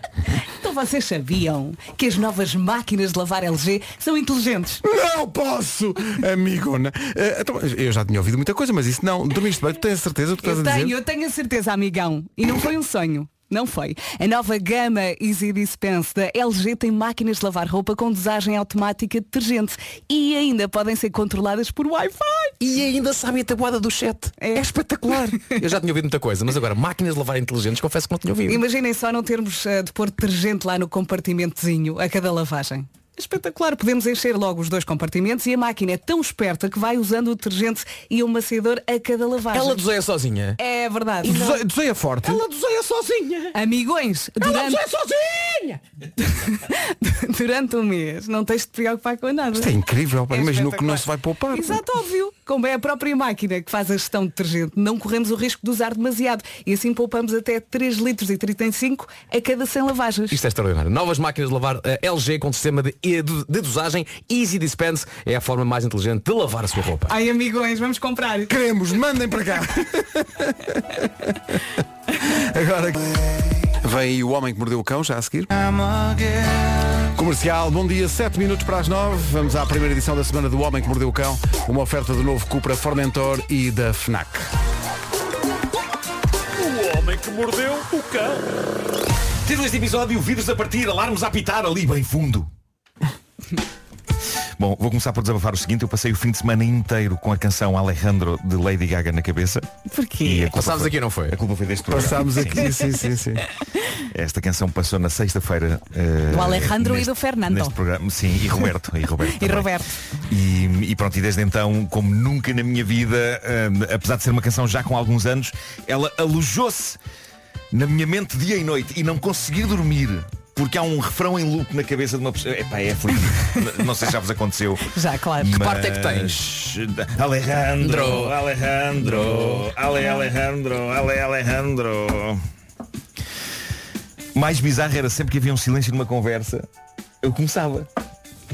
Então vocês sabiam que as novas máquinas de lavar LG são inteligentes? Não posso, amigona. Eh, então, eu já tinha ouvido muita coisa, mas isso não. Dormiste bem, tu tens a certeza do que estás Eu a dizer? tenho, eu tenho a certeza, amigão. E não foi um sonho. Não foi. A nova gama Easy Dispense da LG tem máquinas de lavar roupa com desagem automática de detergente e ainda podem ser controladas por Wi-Fi. E ainda sabe a tabuada do chat. É, espetacular. Eu já tinha ouvido muita coisa, mas agora máquinas de lavar inteligentes, confesso que não tinha ouvido. Imaginem só não termos eh, de pôr detergente lá no compartimentozinho a cada lavagem. Espetacular, podemos encher logo os dois compartimentos e a máquina é tão esperta que vai usando o detergente e o maciador a cada lavagem. Ela desenha sozinha. É verdade. Desenha- Desenha forte. Ela desenha sozinha. Amigões, durante, sozinha. durante um mês não tens de te preocupar com nada. Isto é incrível, pá. É imagino que não espetacular. se vai poupar. Exato, óbvio. Como é a própria máquina que faz a gestão de detergente, não corremos o risco de usar demasiado. E assim poupamos até 3 litros e 35 a cada 100 lavagens. Isto é extraordinário. Novas máquinas de lavar eh, LG com sistema de, de, de dosagem Easy Dispense é a forma mais inteligente de lavar a sua roupa. Ai, amigões, vamos comprar. Queremos, mandem para cá. Agora vem aí o homem que mordeu o cão, já a seguir. Comercial, bom dia, 7 minutos para as 9. Vamos à primeira edição da semana do Homem que Mordeu o Cão, uma oferta do novo Cupra Formentor e da FNAC. Título deste episódio, vidros a partir, alarmes a apitar ali bem fundo. Bom, vou começar por desabafar o seguinte, eu passei o fim de semana inteiro com a canção Alejandro de Lady Gaga na cabeça. E Porquê? a culpa Passámos foi- aqui, não foi? A culpa foi deste programa. Passámos aqui, sim, sim, sim. Esta canção passou na sexta-feira. eh, Do Alejandro e neste- do Fernando. Neste programa, sim, e Roberto. E Roberto. E também. Roberto. E, e pronto, e desde então, como nunca na minha vida, eh, apesar de ser uma canção já com alguns anos, ela alojou-se na minha mente dia e noite e não consegui dormir. Porque há um refrão em loop na cabeça de uma pessoa. Epá, é aflito. N- não sei se já vos aconteceu. Já, claro. Mas- parte é que tens? Alejandro, Alejandro, Ale Alejandro, Ale Alejandro. Mais bizarro era sempre que havia um silêncio numa conversa, eu começava.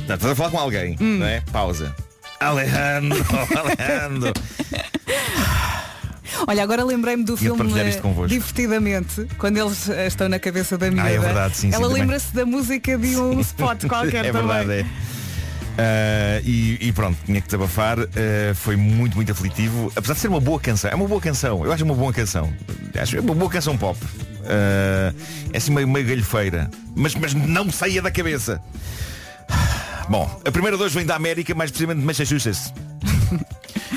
Não, Estás a falar com alguém, Hum. não é? Pausa. Alejandro, Alejandro. Olha, agora lembrei-me do filme partilhar isto eh, convosco. Divertidamente, quando eles eh, estão na cabeça da miúda. é verdade, sim, sim, Ela também. lembra-se da música de um spot qualquer é também. verdade, é. Ah, e, e pronto, tinha que desabafar. Ah, foi muito, muito aflitivo. Apesar de ser uma boa canção. É uma boa canção. Eu acho uma boa canção. Acho é uma boa canção pop. Ah, é assim meio, meio galhofeira. Mas, mas não me saía da cabeça. Ah, Bom, a primeira de hoje vem da América, mais precisamente de Massachusetts.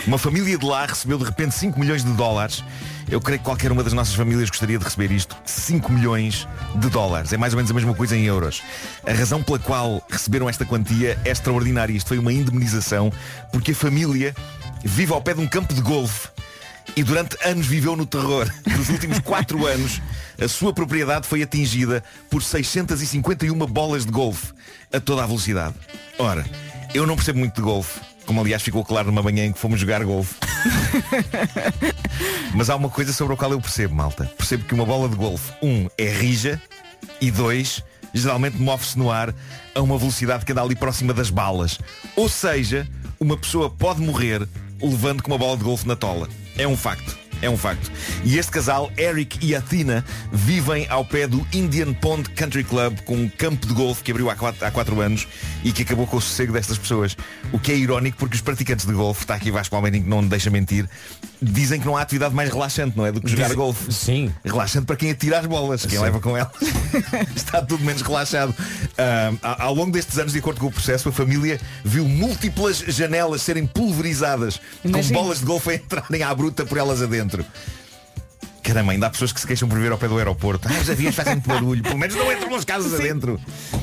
Uma família de lá recebeu de repente 5 milhões de dólares. Eu creio que qualquer uma das nossas famílias gostaria de receber isto. 5 milhões de dólares. É mais ou menos a mesma coisa em euros. A razão pela qual receberam esta quantia é extraordinária. Isto foi uma indemnização porque a família vive ao pé de um campo de golfe e durante anos viveu no terror. Nos últimos 4 anos, a sua propriedade foi atingida por 651 bolas de golfe a toda a velocidade. Ora, eu não percebo muito de golfe, como aliás ficou claro numa manhã em que fomos jogar golfe. Mas há uma coisa sobre a qual eu percebo, malta. Percebo que uma bola de golfe, um, é rija e dois, geralmente move-se no ar a uma velocidade que anda ali próxima das balas. Ou seja, uma pessoa pode morrer levando com uma bola de golfe na tola. É um facto. É um facto. E este casal, Eric e Athena, vivem ao pé do Indian Pond Country Club com um campo de golfe que abriu há quatro, há quatro anos e que acabou com o sossego destas pessoas. O que é irónico porque os praticantes de golfe, está aqui Vasco Almeirinho que não me deixa mentir, dizem que não há atividade mais relaxante, não é? Do que jogar Dizem- golfe. Sim. Relaxante para quem atira as bolas, quem Sim. leva com elas. Está tudo menos relaxado. Ahm, a- ao longo destes anos, de acordo com o processo, a família viu múltiplas janelas serem pulverizadas Imagino. com bolas de golfe a entrarem à bruta por elas adentro. Caramba, ainda há pessoas que se queixam por vir ao pé do aeroporto. Ah, os aviões fazem muito barulho. Pelo menos não entram nas casas adentro.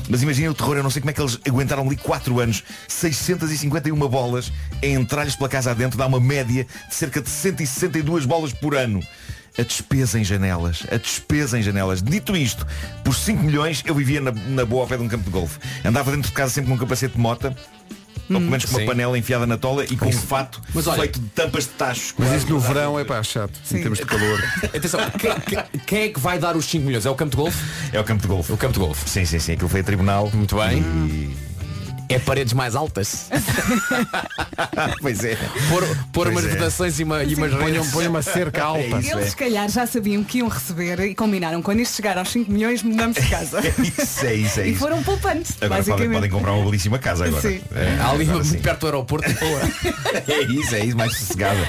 Mas imaginem o terror, eu não sei como é que eles aguentaram ali 4 anos, 651 bolas, a entrar-lhes pela casa adentro, dá uma média de cerca de 162 bolas por ano. A despesa em janelas, a despesa em janelas. Dito isto, por 5 milhões eu vivia na, na boa ao pé de um campo de golfe. Andava dentro de casa sempre com um capacete de mota, ou pelo menos com uma Sim. panela enfiada na tola e com um fato Mas olha- feito de tampas de tachos. Mas isso no verão é pá, chato. Em termos de calor. Atenção, quem, quem- quem é que vai dar os 5 milhões? É o campo de golfe? É o campo de golfe. O campo de golfe. Sim, sim, sim. Aquilo foi a tribunal. Muito bem. É paredes mais altas. pois é. Pôr, pôr Pois umas é. vedações e, uma, e umas Ponham- redes. ponham uma cerca alta. É Eles se calhar já sabiam que iam receber e combinaram quando isto chegar aos 5 milhões mudamos de casa. Isso é isso, é E isso. foram poupantes, Agora podem, basicamente. podem comprar uma belíssima casa agora. Sim. É, Ali agora sim. perto do aeroporto. boa. É isso, é isso, mais sossegada.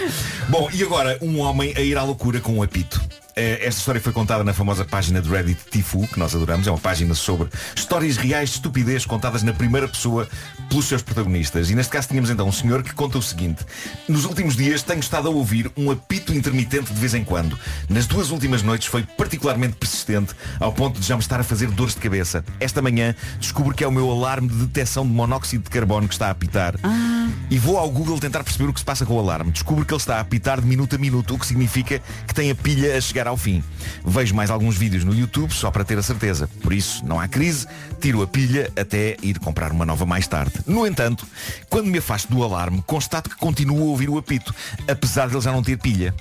Bom, e agora, um homem a ir à loucura com um apito. Eh, Esta história foi contada na famosa página de Reddit Tifu, que nós adoramos. É uma página sobre histórias reais de estupidez contadas na primeira pessoa pelos seus protagonistas. E neste caso tínhamos então um senhor que conta o seguinte. Nos últimos dias tenho estado a ouvir um apito intermitente de vez em quando. Nas duas últimas noites foi particularmente persistente, ao ponto de já me estar a fazer dores de cabeça. Esta manhã descubro que é o meu alarme de detecção de monóxido de carbono que está a apitar. E vou ao Google tentar perceber o que se passa com o alarme. Descubro que ele está a apitar de minuto a minuto, o que significa que tem a pilha a chegar ao fim. Vejo mais alguns vídeos no YouTube só para ter a certeza. Por isso, não há crise, tiro a pilha até ir comprar uma nova mais tarde. No entanto, quando me afasto do alarme, constato que continuo a ouvir o apito, apesar de ele já não ter pilha.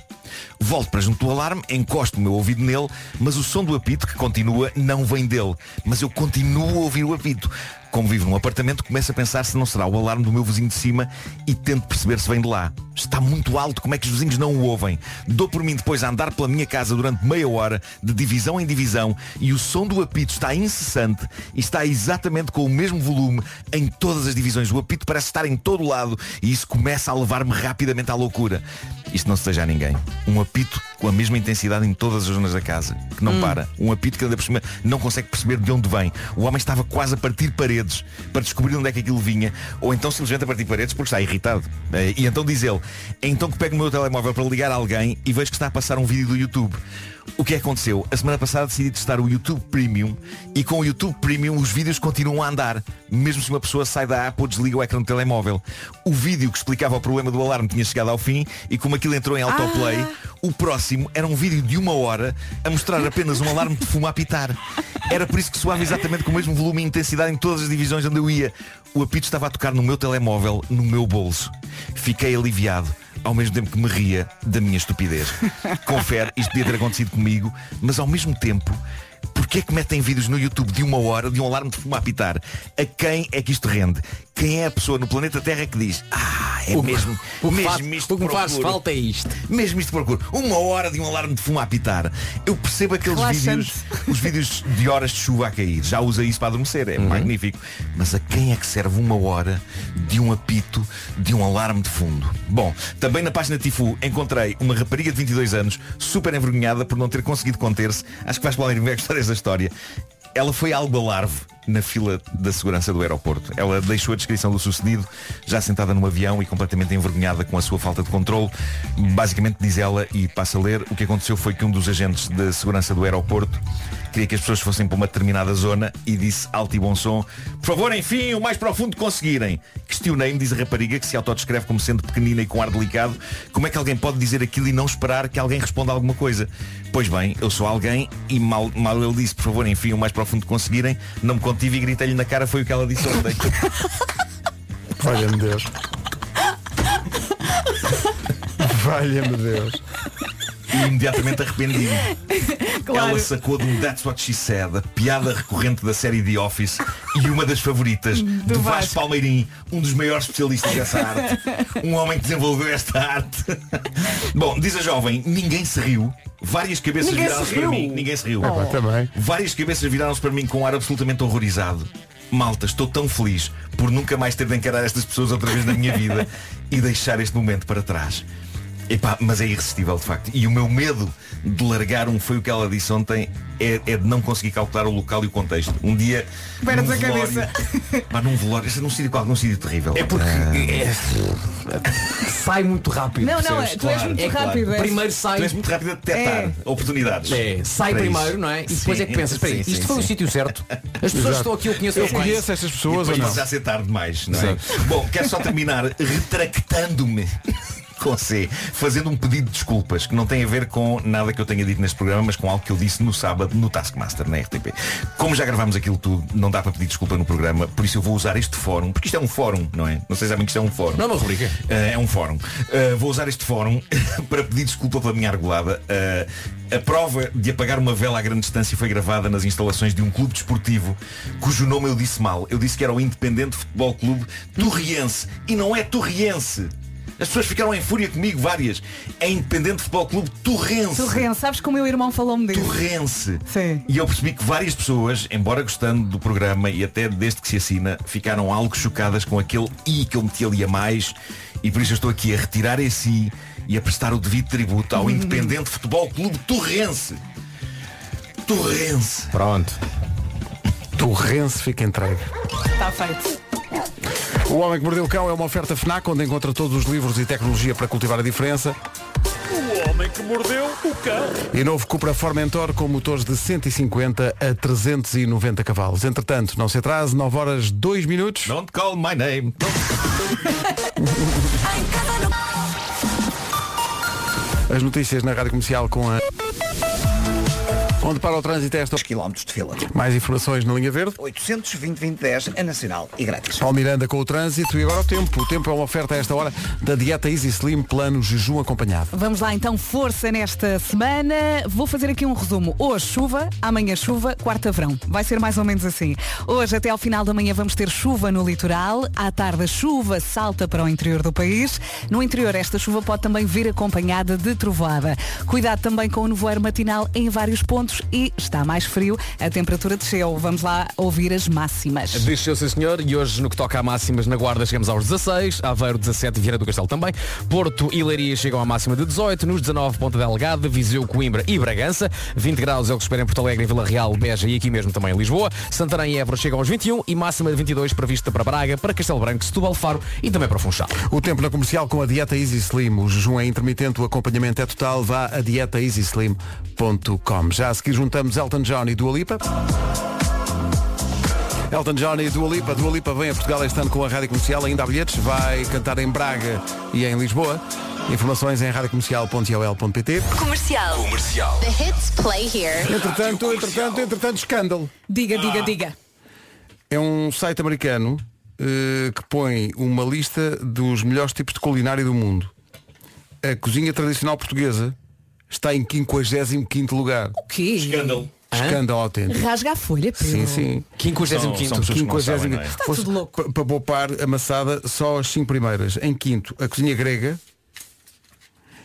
Volto para junto do alarme, encosto o meu ouvido nele, mas o som do apito, que continua, não vem dele. Mas eu continuo a ouvir o apito. Como vivo num apartamento, começo a pensar se não será o alarme do meu vizinho de cima e tento perceber se vem de lá. Está muito alto, como é que os vizinhos não o ouvem? Dou por mim depois a andar pela minha casa durante meia hora, de divisão em divisão, e o som do apito está incessante e está exatamente com o mesmo volume em todas as divisões. O apito parece estar em todo lado e isso começa a levar-me rapidamente à loucura. Isto não se seja a ninguém. Um apito com a mesma intensidade em todas as zonas da casa, que não para. Um apito que ainda por cima não consegue perceber de onde vem. O homem estava quase a partir paredes para descobrir onde é que aquilo vinha, ou então simplesmente a partir paredes porque está irritado. Eh, E então diz ele, é então que pego o meu telemóvel para ligar a alguém e vejo que está a passar um vídeo do YouTube. O que é que aconteceu? A semana passada decidi testar o YouTube Premium e com o YouTube Premium os vídeos continuam a andar, mesmo se uma pessoa sai da app ou desliga o ecrã do telemóvel. O vídeo que explicava o problema do alarme tinha chegado ao fim e como aquilo entrou em autoplay, o próximo era um vídeo de uma hora a mostrar apenas um alarme de fumo a apitar. Era por isso que soava exatamente com o mesmo volume e intensidade em todas as divisões onde eu ia. O apito estava a tocar no meu telemóvel, no meu bolso. Fiquei aliviado, ao mesmo tempo que me ria da minha estupidez. Confere, isto podia ter acontecido comigo, mas ao mesmo tempo, porquê é que metem vídeos no YouTube de uma hora de um alarme de fumo a apitar? A quem é que isto rende? Quem é a pessoa no planeta Terra que diz Ah, é mesmo, o que mesmo faz- isto o que me faz procuro. falta é isto. Mesmo isto procuro. Uma hora de um alarme de fumo a apitar. Eu percebo aqueles Relaxante. vídeos, os vídeos de horas de chuva a cair. Já usa isso para adormecer, é magnífico. Mas a quem é que serve uma hora de um apito de um alarme de fundo? Bom, também na página Tifu encontrei uma rapariga de 22 anos, super envergonhada por não ter conseguido conter-se. Acho que vais falar em ver histórias da história. Ela foi algo alarve na fila da segurança do aeroporto. Ela deixou a descrição do sucedido, já sentada no avião e completamente envergonhada com a sua falta de controle. Basicamente diz ela, e passa a ler, o que aconteceu foi que um dos agentes da segurança do aeroporto queria que as pessoas fossem para uma determinada zona e disse alto e bom som, por favor, enfim, o mais profundo que conseguirem. Questionei-me, diz a rapariga, que se autodescreve como sendo pequenina e com ar delicado, como é que alguém pode dizer aquilo e não esperar que alguém responda alguma coisa? Pois bem, eu sou alguém e mal, mal ele disse, por favor, enfim, o mais profundo que conseguirem, não me contive e gritei-lhe na cara, foi o que ela disse ontem. Valha-me Deus. Valha-me Deus. E imediatamente arrependi-me. Claro. Ela sacou de um That's What She Said, a piada recorrente da série The Office e uma das favoritas do, Do Vasco. Vasco. Palmeirim, um dos maiores especialistas dessa arte. Um homem que desenvolveu esta arte. Bom, diz a jovem, ninguém se riu. Várias cabeças Ninguém se viraram-se riu. para mim. Ninguém se riu. Epá, Oh. também. Várias cabeças viraram-se para mim com um ar absolutamente horrorizado. Malta, estou tão feliz por nunca mais ter de encarar estas pessoas outra vez na minha vida e deixar este momento para trás. Epá, mas é irresistível de facto. E o meu medo de largar um foi o que ela disse ontem é, é de não conseguir calcular o local e o contexto. Um dia. Perdes num a velório- cabeça. Pá, num velório. Isso é num sítio qual, num sítio terrível. É porque. Ah. Sai muito rápido. Não, não, percebes? tu és muito É claro. rápido, és- Primeiro sai. Tu és muito rápido a detectar É. oportunidades. É, sai Para primeiro, isso. não é? E depois Sim, é que pensas, espera aí, sim, isto sim, foi o sim. sítio certo. As pessoas que estão aqui eu conheço Eu bem. conheço estas pessoas E depois ou não? passa a ser tarde demais, não é? Bom, quero só terminar retractando-me com C, fazendo um pedido de desculpas que não tem a ver com nada que eu tenha dito neste programa, mas com algo que eu disse no sábado no Taskmaster, na RTP. Como já gravámos aquilo tudo, não dá para pedir desculpa no programa, por isso eu vou usar este fórum, porque isto é um fórum, não é? Não sei se sabem que isto é um fórum. Não é uma rubrica. Eh, é um fórum. Eh, vou usar este fórum para pedir desculpa pela minha argolada. Eh, a prova de apagar uma vela a grande distância foi gravada nas instalações de um clube desportivo cujo nome eu disse mal. Eu disse que era o Independente Futebol Clube Torriense. E não é Torriense. As pessoas ficaram em fúria comigo, várias. É Independente Futebol Clube Torrense. Torrense, sabes que o meu irmão falou-me disso? Torrense. Sim. E eu percebi que várias pessoas, embora gostando do programa e até desde que se assina, ficaram algo chocadas com aquele i que eu meti ali a mais e por isso eu estou aqui a retirar esse i e a prestar o devido tributo ao Independente Futebol Clube Torrense. Torrense. Pronto. Torrense fica entregue. Está feito. O Homem que Mordeu o Cão é uma oferta FNAC onde encontra todos os livros e tecnologia para cultivar a diferença. O homem que mordeu o cão. E novo Cupra Formentor com motores de 150 a 390 cavalos. Entretanto, não se atrase, 9 horas 2 minutos. Don't call my name. As notícias na Rádio Comercial com a... Onde para o trânsito é esta... quilómetros de fila. Mais informações na linha verde. 820-2010 é nacional e grátis. Paulo Miranda com o trânsito e agora o tempo. O tempo é uma oferta a esta hora da dieta Easy Slim, plano jejum acompanhado. Vamos lá então, força nesta semana. Vou fazer aqui um resumo. Hoje chuva, amanhã chuva, quarta verão. Vai ser mais ou menos assim. Hoje até ao final da manhã vamos ter chuva no litoral. À tarde a chuva salta para o interior do país. No interior esta chuva pode também vir acompanhada de trovoada. Cuidado também com o nevoeiro matinal em vários pontos e está mais frio. A temperatura desceu. Vamos lá ouvir as máximas. Desceu, sim senhor, e hoje no que toca a máximas na Guarda chegamos aos 16, Aveiro 17 e Vieira do Castelo também, Porto e Leiria chegam à máxima de 18, nos 19 Ponta Delgada, Viseu, Coimbra e Bragança, 20 graus é o que se espera em Porto Alegre, Vila Real, Beja e aqui mesmo também em Lisboa, Santarém e Évora chegam aos 21 e máxima de 22 prevista para Braga, para Castelo Branco, Setúbal, Faro e também para o Funchal. O tempo na comercial com a dieta Easy Slim. O jejum é intermitente, o acompanhamento é total. Vá a dietaeasyslim.com. Já a seguir juntamos Elton John e Dua Lipa. Elton John e Dua Lipa. Dua Lipa vem a Portugal este ano com a Rádio Comercial. Ainda há bilhetes. Vai cantar em Braga e em Lisboa. Informações em radiocomercial.iol.pt Comercial. Comercial. The hits play here. Entretanto, entretanto, entretanto, escândalo. Diga, diga, diga. É um site americano eh, que põe uma lista dos melhores tipos de culinária do mundo. A cozinha tradicional portuguesa está em 55 lugar. O quê? Escândalo. Escândalo autêntico. Rasga a folha, Pedro. Sim, sim. Quinquagésimo quinto. São, são pessoas que não Quinquagésimo sabem, quinto. não é? Fosse pa- Para poupar amassada só as cinco primeiras. Em quinto, a cozinha grega.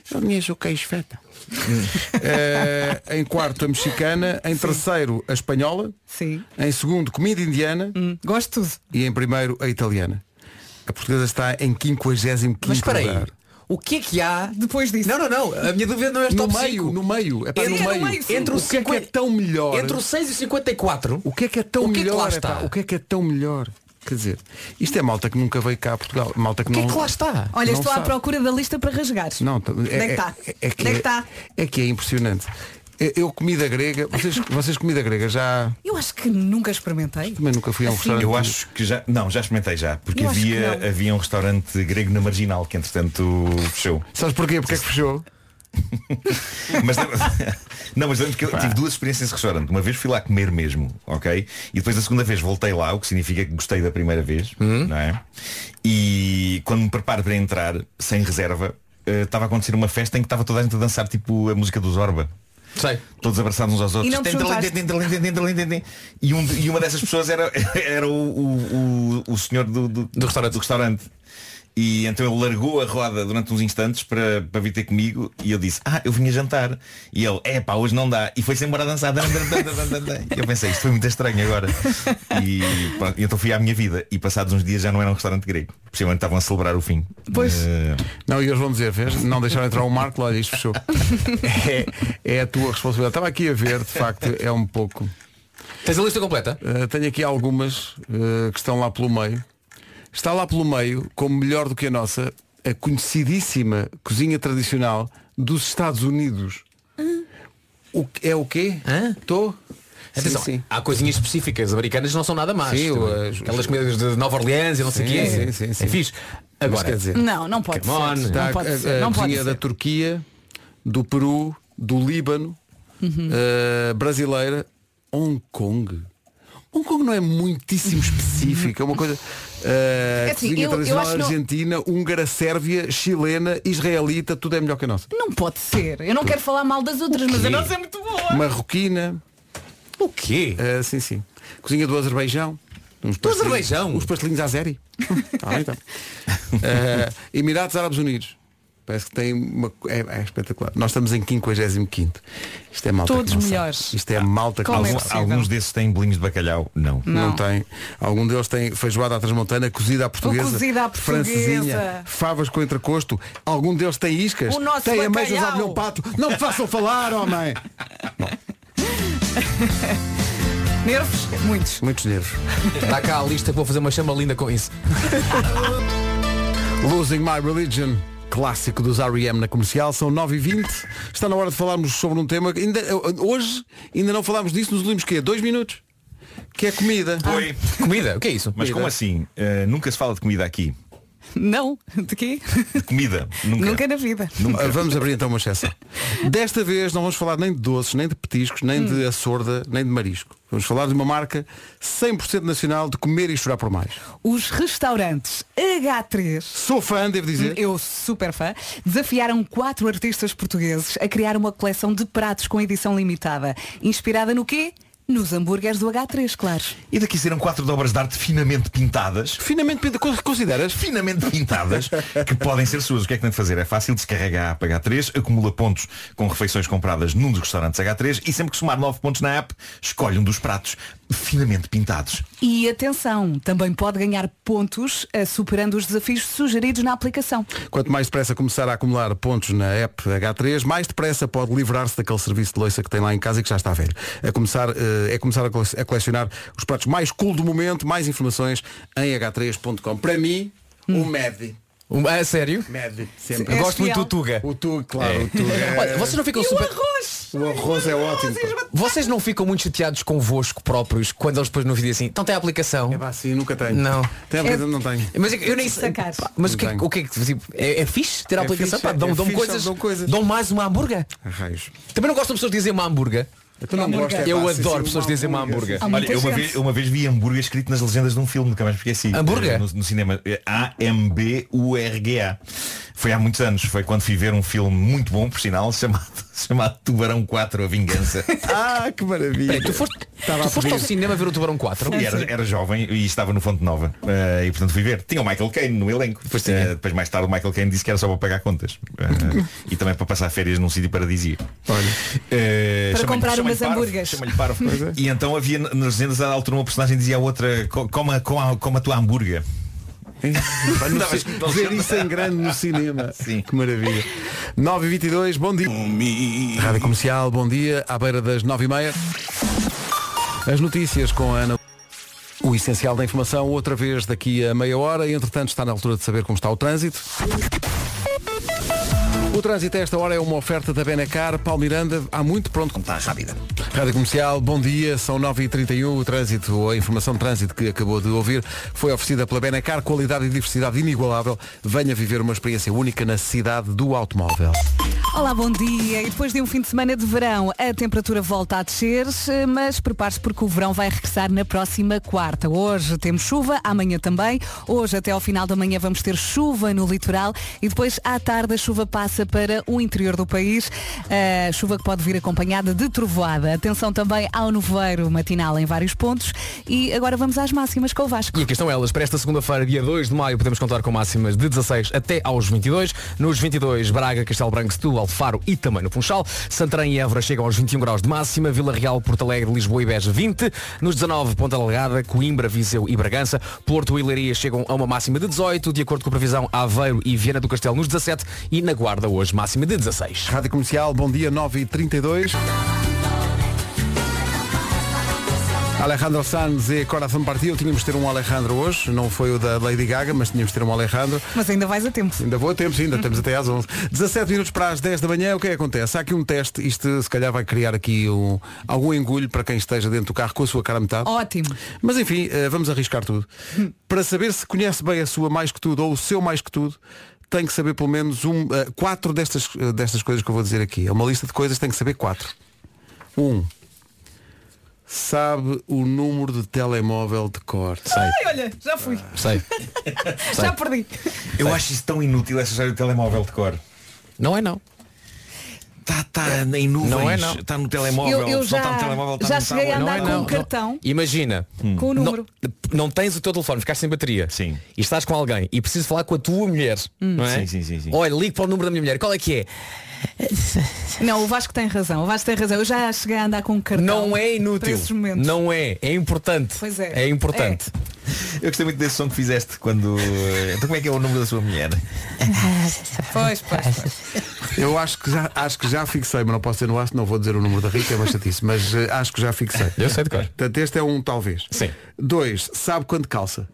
Eu conheço o queijo feta. Eh, em quarto, a mexicana. Em terceiro, a espanhola. Sim. Em segundo, comida indiana. Gosto tudo. E em primeiro, a italiana. A portuguesa está em 55 Mas espera aí. lugar. O que é que há depois disso? Não, não, não. A minha dúvida não é No top meio, cinco. no meio. É pá, no Entre- meio. Entre o O que é que é 50 tão melhor? Entre o 6 e o 54. O que é que é tão O que é que melhor? lá está? epá? o que é que é tão melhor? Quer dizer, isto é malta que nunca veio cá a Portugal. Malta que O que não, é que lá está? Olha, Ah, não estou à sabe. procura da lista para rasgar. Não, tá- Onde é que está? é, é, que Onde é é, que está? é que é impressionante. Eu- Eu comida grega, vocês, vocês comida grega já Eu acho que nunca experimentei. também nunca fui a um Assim, restaurante. Eu acho que já. Não, já experimentei já. Porque Eu acho que havia, não. havia um restaurante grego na marginal que entretanto fechou. Sabes porquê? Porque é que fechou? Mas lembra- não, mas lembro que eu tive duas experiências nesse restaurante. Uma vez fui lá comer mesmo, ok? E depois a segunda vez voltei lá, o que significa que gostei da primeira vez, não é? E quando me preparo para entrar, sem reserva, eh, estava a acontecer uma festa em que estava toda a gente a dançar tipo a música do Zorba. Sei. Todos abraçados uns aos outros. não te Tenta lá, juntaste? tenta lá, tenta lá, tenta lá. E, um de- e uma dessas pessoas era, era o, o, o, o senhor do, do, restaurante. do restaurante. E então ele largou a roda durante uns instantes para, para vir ter comigo e eu disse, ah, eu vinha jantar. E ele, é pá, hoje não dá. E foi-se embora a dançar. Dan, dan, dan, dan, dan, dan. E eu pensei, isto foi muito estranho agora. E pronto, e então fui à minha vida. E passados uns dias já não era um restaurante grego. Possivelmente estavam a celebrar o fim. Pois. Eh, Não, e eles vão dizer, vês? Não deixaram entrar o Marco, olha, isto fechou. É, é a tua responsabilidade. Estava aqui a ver, de facto, é um pouco. Tens a lista completa? Uh, tenho aqui algumas uh, que estão lá pelo meio. Está lá pelo meio, como melhor do que a nossa, a conhecidíssima cozinha tradicional dos Estados Unidos. O que- é o quê? Estou? Atenção, há coisinhas específicas americanas que não são nada más. Sim, Também. o- as- Aquelas comidas de Nova Orleans e não sei o Sim, sim, quê. sim, sim. É fixe. Agora, quer dizer, Não, não pode Come on. ser. está Não Tá, a, pode a ser. Não pode cozinha da ser. Turquia, do Peru, do Líbano, Uhum. uh, brasileira, Hong Kong. Hong Kong não é muitíssimo específico, é uma coisa. uh, assim, cozinha eu- eu tradicional acho que não- argentina, húngara, sérvia, chilena, israelita, tudo é melhor que a nossa. Não pode ser. Eu não quero falar mal das outras, mas a nossa é muito boa. Marroquina, o quê? ah, sim, sim. Cozinha do Azerbaijão. Uns Do Azerbaijão? Os pastelinhos azeri. Tá bem, então. Ah, Emirados Árabes Unidos. Parece que tem uma. É, é espetacular. Nós estamos em 55. Isto é malta. que Todos não sabe. melhores. Isto é malta que Como não é sabe. possível? alguns desses têm bolinhos de bacalhau? Não. Hum. Não. tem. Algum deles tem feijoada à transmontana, cozida à portuguesa, cozida à portuguesa. francesinha, favas com entrecosto. Algum deles tem iscas. O nosso tem ameixas bacalhau. ao meu um pato. Não me façam falar, homem. é Nervos? Muitos. Muitos nervos. Dá cá a lista que vou fazer uma chama linda com isso. Losing My Religion, clássico dos R.E.M. na comercial, são 9h20. Está na hora de falarmos sobre um tema que ainda, hoje ainda não falámos disso nos últimos quê? Dois minutos? Que é comida. Foi. Comida? O que é isso? Mas como assim? Eh, nunca se fala de comida aqui. Não. De quê? De comida. Nunca. Nunca na vida. Ah, Vamos abrir então uma exceção. Desta vez não vamos falar nem de doces, nem de petiscos, nem de açorda, nem de marisco. Vamos falar de uma marca 100% nacional de comer e chorar por mais. Os restaurantes H3 Sou fã, devo dizer. Eu super fã. Desafiaram quatro artistas portugueses a criar uma coleção de pratos com edição limitada. Inspirada no quê? Nos hambúrgueres do H3, claro. E daqui serão quatro de obras de arte finamente pintadas. Finamente, Pedro, co- consideras? Finamente pintadas, que podem ser suas. O que é que tem de fazer? É fácil, descarrega a app H3, acumula pontos com refeições compradas num dos restaurantes H3 e sempre que somar 9 pontos na app, escolhe um dos pratos finamente pintados. E atenção, também pode ganhar pontos eh, superando os desafios sugeridos na aplicação. Quanto mais depressa começar a acumular pontos na app H3, mais depressa pode livrar-se daquele serviço de loiça que tem lá em casa e que já está velho. A começar, eh, é começar a cole- a colecionar os pratos mais cool do momento, mais informações em h3.com. Para mim, Hum. o MED. assim? Um, a sério? MED, Eu sempre. É gosto muito do fiel. Tuga. É. O tu, claro, o tu. Olha, vocês não ficam super... O arroz é ótimo. pá. Vocês não ficam muito chateados convosco próprios quando eles depois no vídeo assim, então tem a aplicação. É pá, sim, nunca tenho. Não. Tem a É- não tenho. Mas eu nem sei. Sacar. pá, Mas o Não que, é que- tenho. o que é que tipo, é, é fixe ter a É aplicação? fixe, Pá, é dão, dão fixe, coisas, dão coisas. mais uma hambúrguer. Raios. Também não gosto de pessoas dizerem uma hambúrguer. Eu, não gosto, é Eu pá, sim, sim, adoro pessoas dizerem uma hambúrguer. Há Olha, muita eu uma, gente. vez, eu uma vez vi hambúrguer escrito nas legendas de um filme, nunca mais me esqueci. Hambúrguer? Eh, No, no cinema. Eh, A-M-B-U-R-G-A. Foi há muitos anos, foi quando fui ver um filme muito bom, por sinal, chamado, chamado Tubarão 4, A Vingança. Ah, que maravilha. tu foste, Estava tu a foste pedir- ao cinema ver o Tubarão 4? E era, era jovem e estava no Fonte Nova. Eh, e portanto fui ver. Tinha o Michael Caine no elenco. Depois, depois mais tarde o Michael Caine disse que era só para pagar contas. Eh, e também para passar férias num sítio paradisíaco. Eh, Para chama-lhe- comprar chama-lhe umas parvo, hambúrgueres. chama-lhe parvo. E então havia n- nas legendas a altura uma personagem dizia à outra "Co- coma, coma, coma a tua hambúrguer. Não, mas- Ver isso em grande no cinema. Sim. Que maravilha. 9 e 22 bom dia. Rádio Comercial, bom dia. À beira das 9 e meia. As notícias com a Ana. O essencial da informação, outra vez daqui a meia hora. E, entretanto, está na altura de saber como está o trânsito. O trânsito a esta hora é uma oferta da Benacar. Paulo Miranda, há muito pronto. Como está rápida. Rádio Comercial, bom dia, são 9h31. O trânsito, a informação de trânsito que acabou de ouvir, foi oferecida pela Benacar. Qualidade e diversidade inigualável. Venha viver uma experiência única na cidade do automóvel. Olá, bom dia. E depois de um fim de semana de verão, a temperatura volta a descer, eh, mas prepare-se porque o verão vai regressar na próxima quarta. Hoje temos chuva, amanhã também. Hoje, até ao final da manhã, vamos ter chuva no litoral e depois à tarde a chuva passa para o interior do país. Eh, chuva que pode vir acompanhada de trovoada. Atenção também ao nevoeiro matinal em vários pontos. E agora vamos às máximas com o Vasco. E aqui estão elas. Para esta segunda-feira, dia 2 de maio, podemos contar com máximas de 16 até aos 22. Nos 22, Braga, Castelo Branco, Setúbal, Faro e também no Funchal. Santarém e Évora chegam aos 21 graus de máxima. Vila Real, Porto Alegre, Lisboa e Beja, 20. Nos 19, Ponta Delgada, Coimbra, Viseu e Bragança. Porto e Leiria chegam a uma máxima de 18. De acordo com a previsão, Aveiro e Viana do Castelo nos 17. E na Guarda hoje, máxima de 16. Rádio Comercial, bom dia, 9h32. Alejandro Sanz e Coração Partido. Tínhamos de ter um Alejandro hoje, não foi o da Lady Gaga, mas tínhamos de ter um Alejandro. Mas ainda vais a tempo. Ainda vou a tempo, sim, ainda temos até às 11. 17 minutos para as 10 da manhã, o que é que acontece? Há aqui um teste, isto se calhar vai criar aqui um- algum engulho para quem esteja dentro do carro com a sua cara a metade. Ótimo. Mas enfim, eh, vamos arriscar tudo. Para saber se conhece bem a sua mais que tudo ou o seu mais que tudo, tem que saber pelo menos um, eh, quatro destas, eh, destas coisas que eu vou dizer aqui. É uma lista de coisas, tem que saber quatro. Um. Sabe o número de telemóvel de cor. Ai, olha, já fui. Ah. Sei. já perdi. Eu acho isso tão inútil essa história do telemóvel de cor. Não é não. Está tá, em nuvens, Não é não. está no telemóvel. Eu- eu Se não está já- no telemóvel, está já no cheguei a tablet. andar Não é com não, um não. cartão. Imagina. Com o Não- número. Não, tens o teu telefone, ficaste sem bateria. Sim. E estás com alguém e preciso falar com a tua mulher. Hum. Não é? Sim, sim, sim, sim. Olha, ligo para o número da minha mulher. Qual é que é? Não, o Vasco tem razão, o Vasco tem razão. Eu já cheguei a andar com um cartão. Não é para esses inútil. momentos. Não é. É importante. Pois é. É importante. Eu gostei muito desse som que fizeste quando. eh, Então como é que é o número da sua mulher? Pois, pois. Eu acho que já, acho que já fixei, mas não posso dizer no aço, não vou dizer o número da Rica, é uma chatice, mas eh, acho que já fixei. Eu sei de cor. Portanto, este é um talvez. Sim. Dois, sabe quando calça?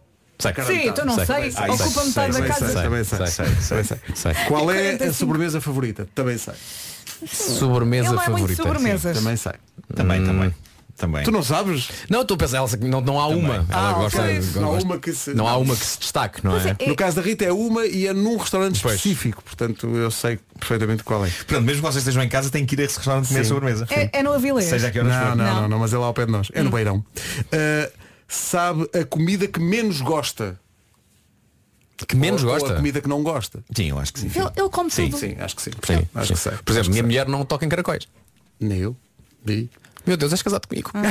Sim, então não sei. Ah, isso Ocupa sei, metade da sei, casa. sei, Também sei. também sei. Qual E é a 45? sobremesa favorita? Também sei. Ele Sobremesa é muito favorita. sobremesas. Também sei. Também, também. Também. Tu não sabes? Não, estou a pensar, Elsa, que não, não há uma. Ela Ah, gosta, ok. gosta- Não há uma que se- não há uma que se destaque, não Pois é? é, No caso da Rita é uma e é num restaurante específico, portanto eu sei perfeitamente qual é. Pronto, mesmo que vocês estejam em casa, têm que ir a esse restaurante comer Sim. sobremesa. É, é no Avilés. Seja que horas Não, for. não, Não. não, não, mas é lá ao pé de nós. É no Beirão. Uh, sabe a comida que menos gosta? Que menos ou, Ou gosta? a comida que não gosta? Sim, eu acho que sim. Ele, ele come Sim, tudo. sim, acho que sim. Sim, acho sim. que sei. Por exemplo, minha mulher não toca em caracóis. Nem eu. Meu Deus, és casado comigo. Ah.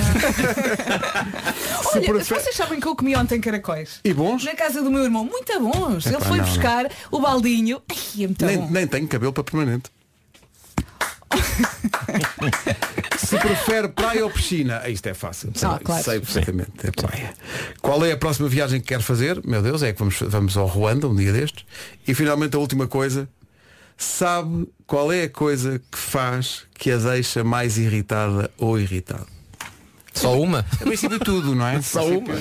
Olha, vocês sabem que eu comi ontem caracóis. E bons? Então. Na casa do meu irmão, muito bons. Ele Epá, foi não, não. buscar o baldinho. Ai, é muito nem, bom. nem tenho cabelo para permanente. Se prefere praia ou piscina? Isto é fácil. Ah, claro. Sei perfeitamente. É praia. Qual é a próxima viagem que quer fazer? Meu Deus, é que vamos, vamos ao Ruanda um dia destes. E finalmente a última coisa. Sabe qual é a coisa que faz que a deixa mais irritada ou irritado? Só uma? A princípio tudo, não é? Só uma.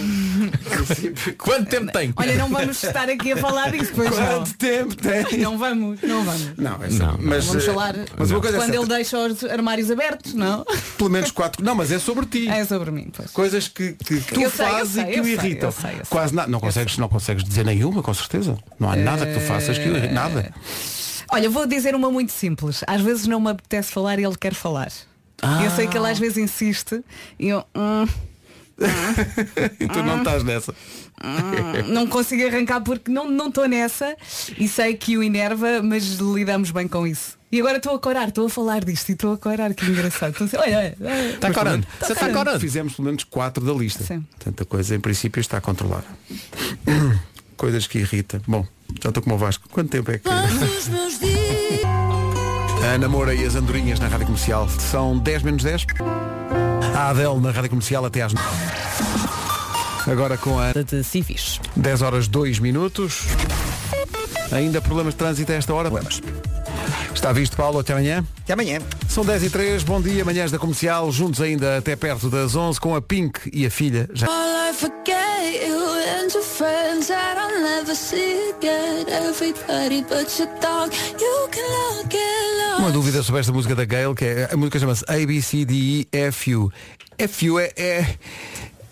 Quanto tempo tem? Olha, não vamos estar aqui a falar disso, pois não. Quanto tempo tem? Não vamos, não vamos. Não, é só- mas, vamos eh, falar mas uma coisa é quando certa. ele deixa os armários abertos, não? Pelo menos quatro. Não, mas é sobre ti. É sobre mim. Pois. Coisas que, que tu Eu sei, eu fazes sei, e que eu o sei, irritam. eu sei, eu sei. Quase nada. Não consegues, não consegues dizer nenhuma, com certeza. Não há nada que tu faças que o irrite. Nada. Olha, vou dizer uma muito simples. Às vezes não me apetece falar e ele quer falar. Ah. Eu sei que ele às vezes insiste e eu. hum, Eh, então não estás nessa. Ah, não consigo arrancar porque não não estou nessa e sei que o enerva, mas lidamos bem com isso. E agora estou a corar, estou a falar disto e estou a corar, que engraçado. Estou a dizer, olha, olha, olha. Mas, pelo menos, Está corando. Fizemos pelo menos quatro da lista. Sim. Tanta coisa, em princípio, está controlada. Coisas que irritam. Bom, já estou como o Vasco. Quanto tempo é que. Os meus dias. A Ana Moura e as Andorinhas na Rádio Comercial são 10 menos 10. A Adele na Rádio Comercial até às 9. Agora com a de civis. 10 horas 2 minutos. Ainda problemas de trânsito a esta hora? Problemas. Está visto, Paulo, até amanhã. Até amanhã. São 10 e 3, bom dia, manhãs da comercial, juntos ainda até perto das 11 com a Pink e a filha. Já. All I forget you and your friends that I'll never see again. Everybody but your dog, you can all get Uma lost. dúvida sobre esta música da Gayle, que é, a música chama-se ABCDEFU. FU é. é...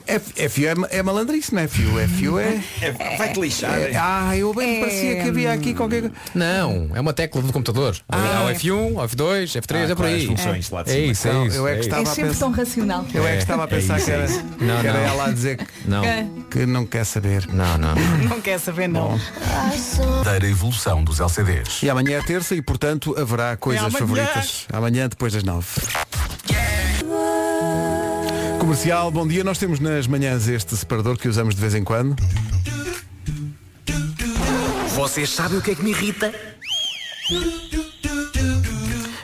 F, FU é, ma- é malandrice, não é? FU, FU é. Vai-te lixar. é- ah, eu bem me parecia que havia aqui qualquer coisa. Não, é uma tecla do computador. um, Há o F1, o F2, F3, é por aí. funções lá de é cima. isso, é Não, isso. eu é que isso. estava- É sempre tão racional. Eu é que estava a pensar isso, que, era, é isso. Não, que era não. ela a dizer que Não, É. que não quer saber. não, não. Não quer saber, não. Dar a evolução dos LCDs. E amanhã é terça e, portanto, haverá coisas amanhã. favoritas. Amanhã, depois das nove. Comercial, bom dia. Nós temos nas manhãs este separador que usamos de vez em quando. Vocês sabem o que é que me irrita?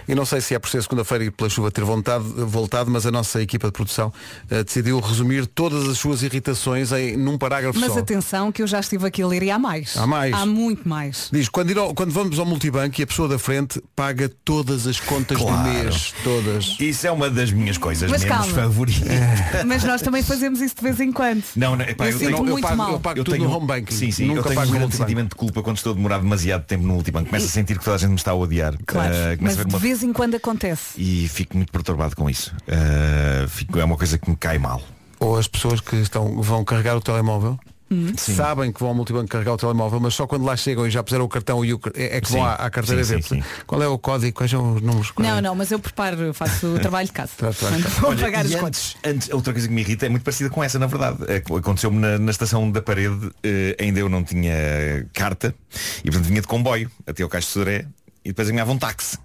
E não sei se é por ser segunda-feira e pela chuva ter vontade, voltado, mas a nossa equipa de produção eh, decidiu resumir todas as suas irritações em, num parágrafo Mas só. atenção que eu já estive aqui a ler e há mais. Há mais. Há muito mais. Diz, quando, ir ao- quando vamos ao multibanco e a pessoa da frente paga todas as contas Claro. do mês, todas. Isso é uma das minhas coisas Mas menos calma. favoritas. É, Mas nós também fazemos isso de vez em quando. Não, não, epá, Eu eu sinto tenho, eu muito pago, mal. eu pago eu tudo tenho um- no home banking. Sim, sim, Nunca eu tenho pago um no grande multibanco. sentimento de culpa quando estou a demorar demasiado tempo no multibanco. Começo a sentir que toda a gente me está a odiar. Claro. Ah, começo mas a de ver uma vez em quando acontece. e fico muito perturbado com isso. Ah, fico- é uma coisa que me cai mal. Ou as pessoas que estão, vão carregar o telemóvel. Hum. Sabem que vão ao multibanco carregar o telemóvel, mas só quando lá chegam e já puseram o cartão e o, car- é, é que vão Sim. à, à carteira Sim, ver sim, sim. qual é o código, quais são os números. qual é- Não, não, mas eu preparo, faço o trabalho de casa. Faz, faz, Portanto, faz. Vou Tá, Olha, pagar e as contas. antes, antes, outra coisa que me irrita é muito parecida com essa, na verdade. É que Aconteceu-me na, na estação da parede, eh, ainda eu não tinha carta, e portanto vinha de comboio até ao Caixa de Sodré, e depois ganhava um táxi.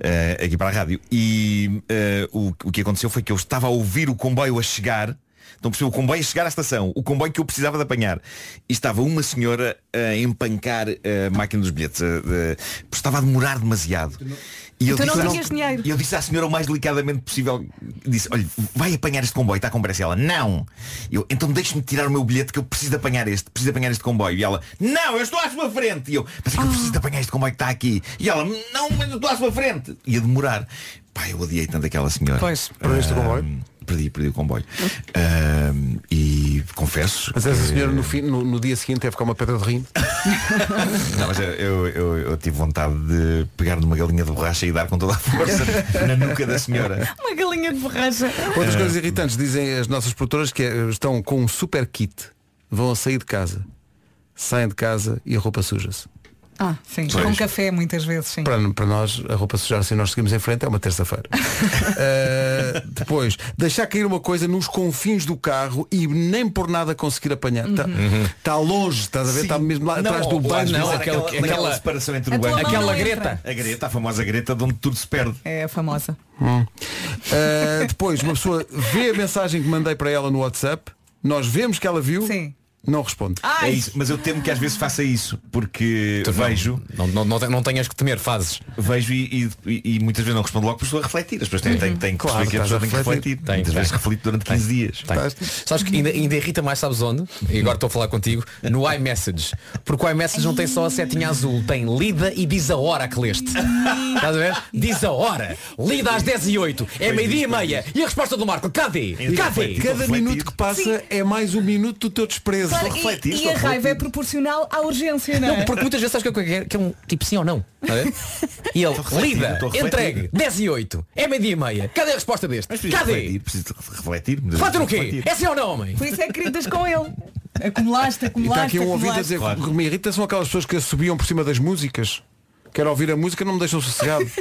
eh, aqui para a rádio e eh, o, o que aconteceu foi que eu estava a ouvir o comboio a chegar então percebeu o comboio a chegar à estação o comboio que eu precisava de apanhar e estava uma senhora a empancar a máquina dos bilhetes eh, de- porque estava a demorar demasiado e eu Tu não disse, tinhas dinheiro. e eu disse à senhora o mais delicadamente possível Disse, olha, vai apanhar este comboio, está com pressa E ela, não eu, Então deixe-me tirar o meu bilhete que eu preciso de apanhar este Preciso de apanhar este comboio E ela, não, eu estou à sua frente E eu, mas é que eu preciso de apanhar este comboio que está aqui E ela, não, mas eu estou à sua frente E a demorar Pá, eu odiei tanto aquela senhora Pois, perdeste o comboio? Ah, Perdi, perdi o comboio Ah, E confesso Mas essa que- senhora no, fim- no- no dia seguinte deve ficar uma pedra de rim. Não, mas eu, eu- eu- eu tive vontade de pegar numa galinha de borracha E dar com toda a força na nuca da senhora Uma galinha de borracha. É. Outras coisas irritantes dizem as nossas produtoras que é, estão com um super kit, vão a sair de casa, saem de casa e a roupa suja-se. Ah, sim. Pois. Com café muitas vezes, sim. Para, para nós, a roupa sujar-se e nós seguimos em frente é uma terça-feira. Uh, depois, deixar cair uma coisa nos confins do carro e nem por nada conseguir apanhar. Está longe, estás a ver? Uhum. Sim. Está mesmo lá Não, atrás do ou- ou às banco. é vezes não, aquela, aquela- aquela aquela- separação entre A o tua banco mão é Aquela não entra. greta. A greta, a famosa greta de onde tudo se perde. É a famosa. Uh, depois, uma pessoa vê a mensagem que mandei para ela no WhatsApp, nós vemos que ela viu, Sim. não responde. É isso, mas eu temo que às vezes faça isso, porque vejo, Não, não, não, não tenhas que temer, fazes. vejo e, e- e muitas vezes não respondo logo por pessoa a refletir. As pessoas têm, têm, têm que Uhum. Claro, perceber que a estás a pessoa tem que refletir. refletir. Tem, muitas tem. vezes reflito durante 15 dias. Tem. Sabes que ainda, ainda irrita mais, sabes onde? E agora estou a falar contigo, no iMessage. Porque o iMessage não tem só a setinha azul, tem lida e diz a hora que leste. Estás a ver? Diz a hora. Lida às 10 e 8. É meio-dia e meia. E a resposta do Marco, cadê? Cadê? refletido. Cada Refletir. minuto que passa é mais um minuto do teu desprezo. Claro, e- refletir, e, estou a raiva é proporcional à urgência, não é? Não, porque muitas vezes sabes o que eu quero? Que é um tipo sim ou não. Tá a ver? E ele, refletido, lida, estou refletido. entregue, 10 e 8. É meio-dia e meia. Cadê a resposta deste? Mas preciso de Cadê? refletir, preciso de refletir. muitas Reflete no vezes quê? refletir. É sim ou não, homem? Por isso é que gritas com ele. Acumulaste, E está acumulaste, aqui um ouvinte a acumulaste. dizer Claro. que me irrita são aquelas pessoas que subiam por cima das músicas. Quero ouvir a música, não me deixam sossegado. isso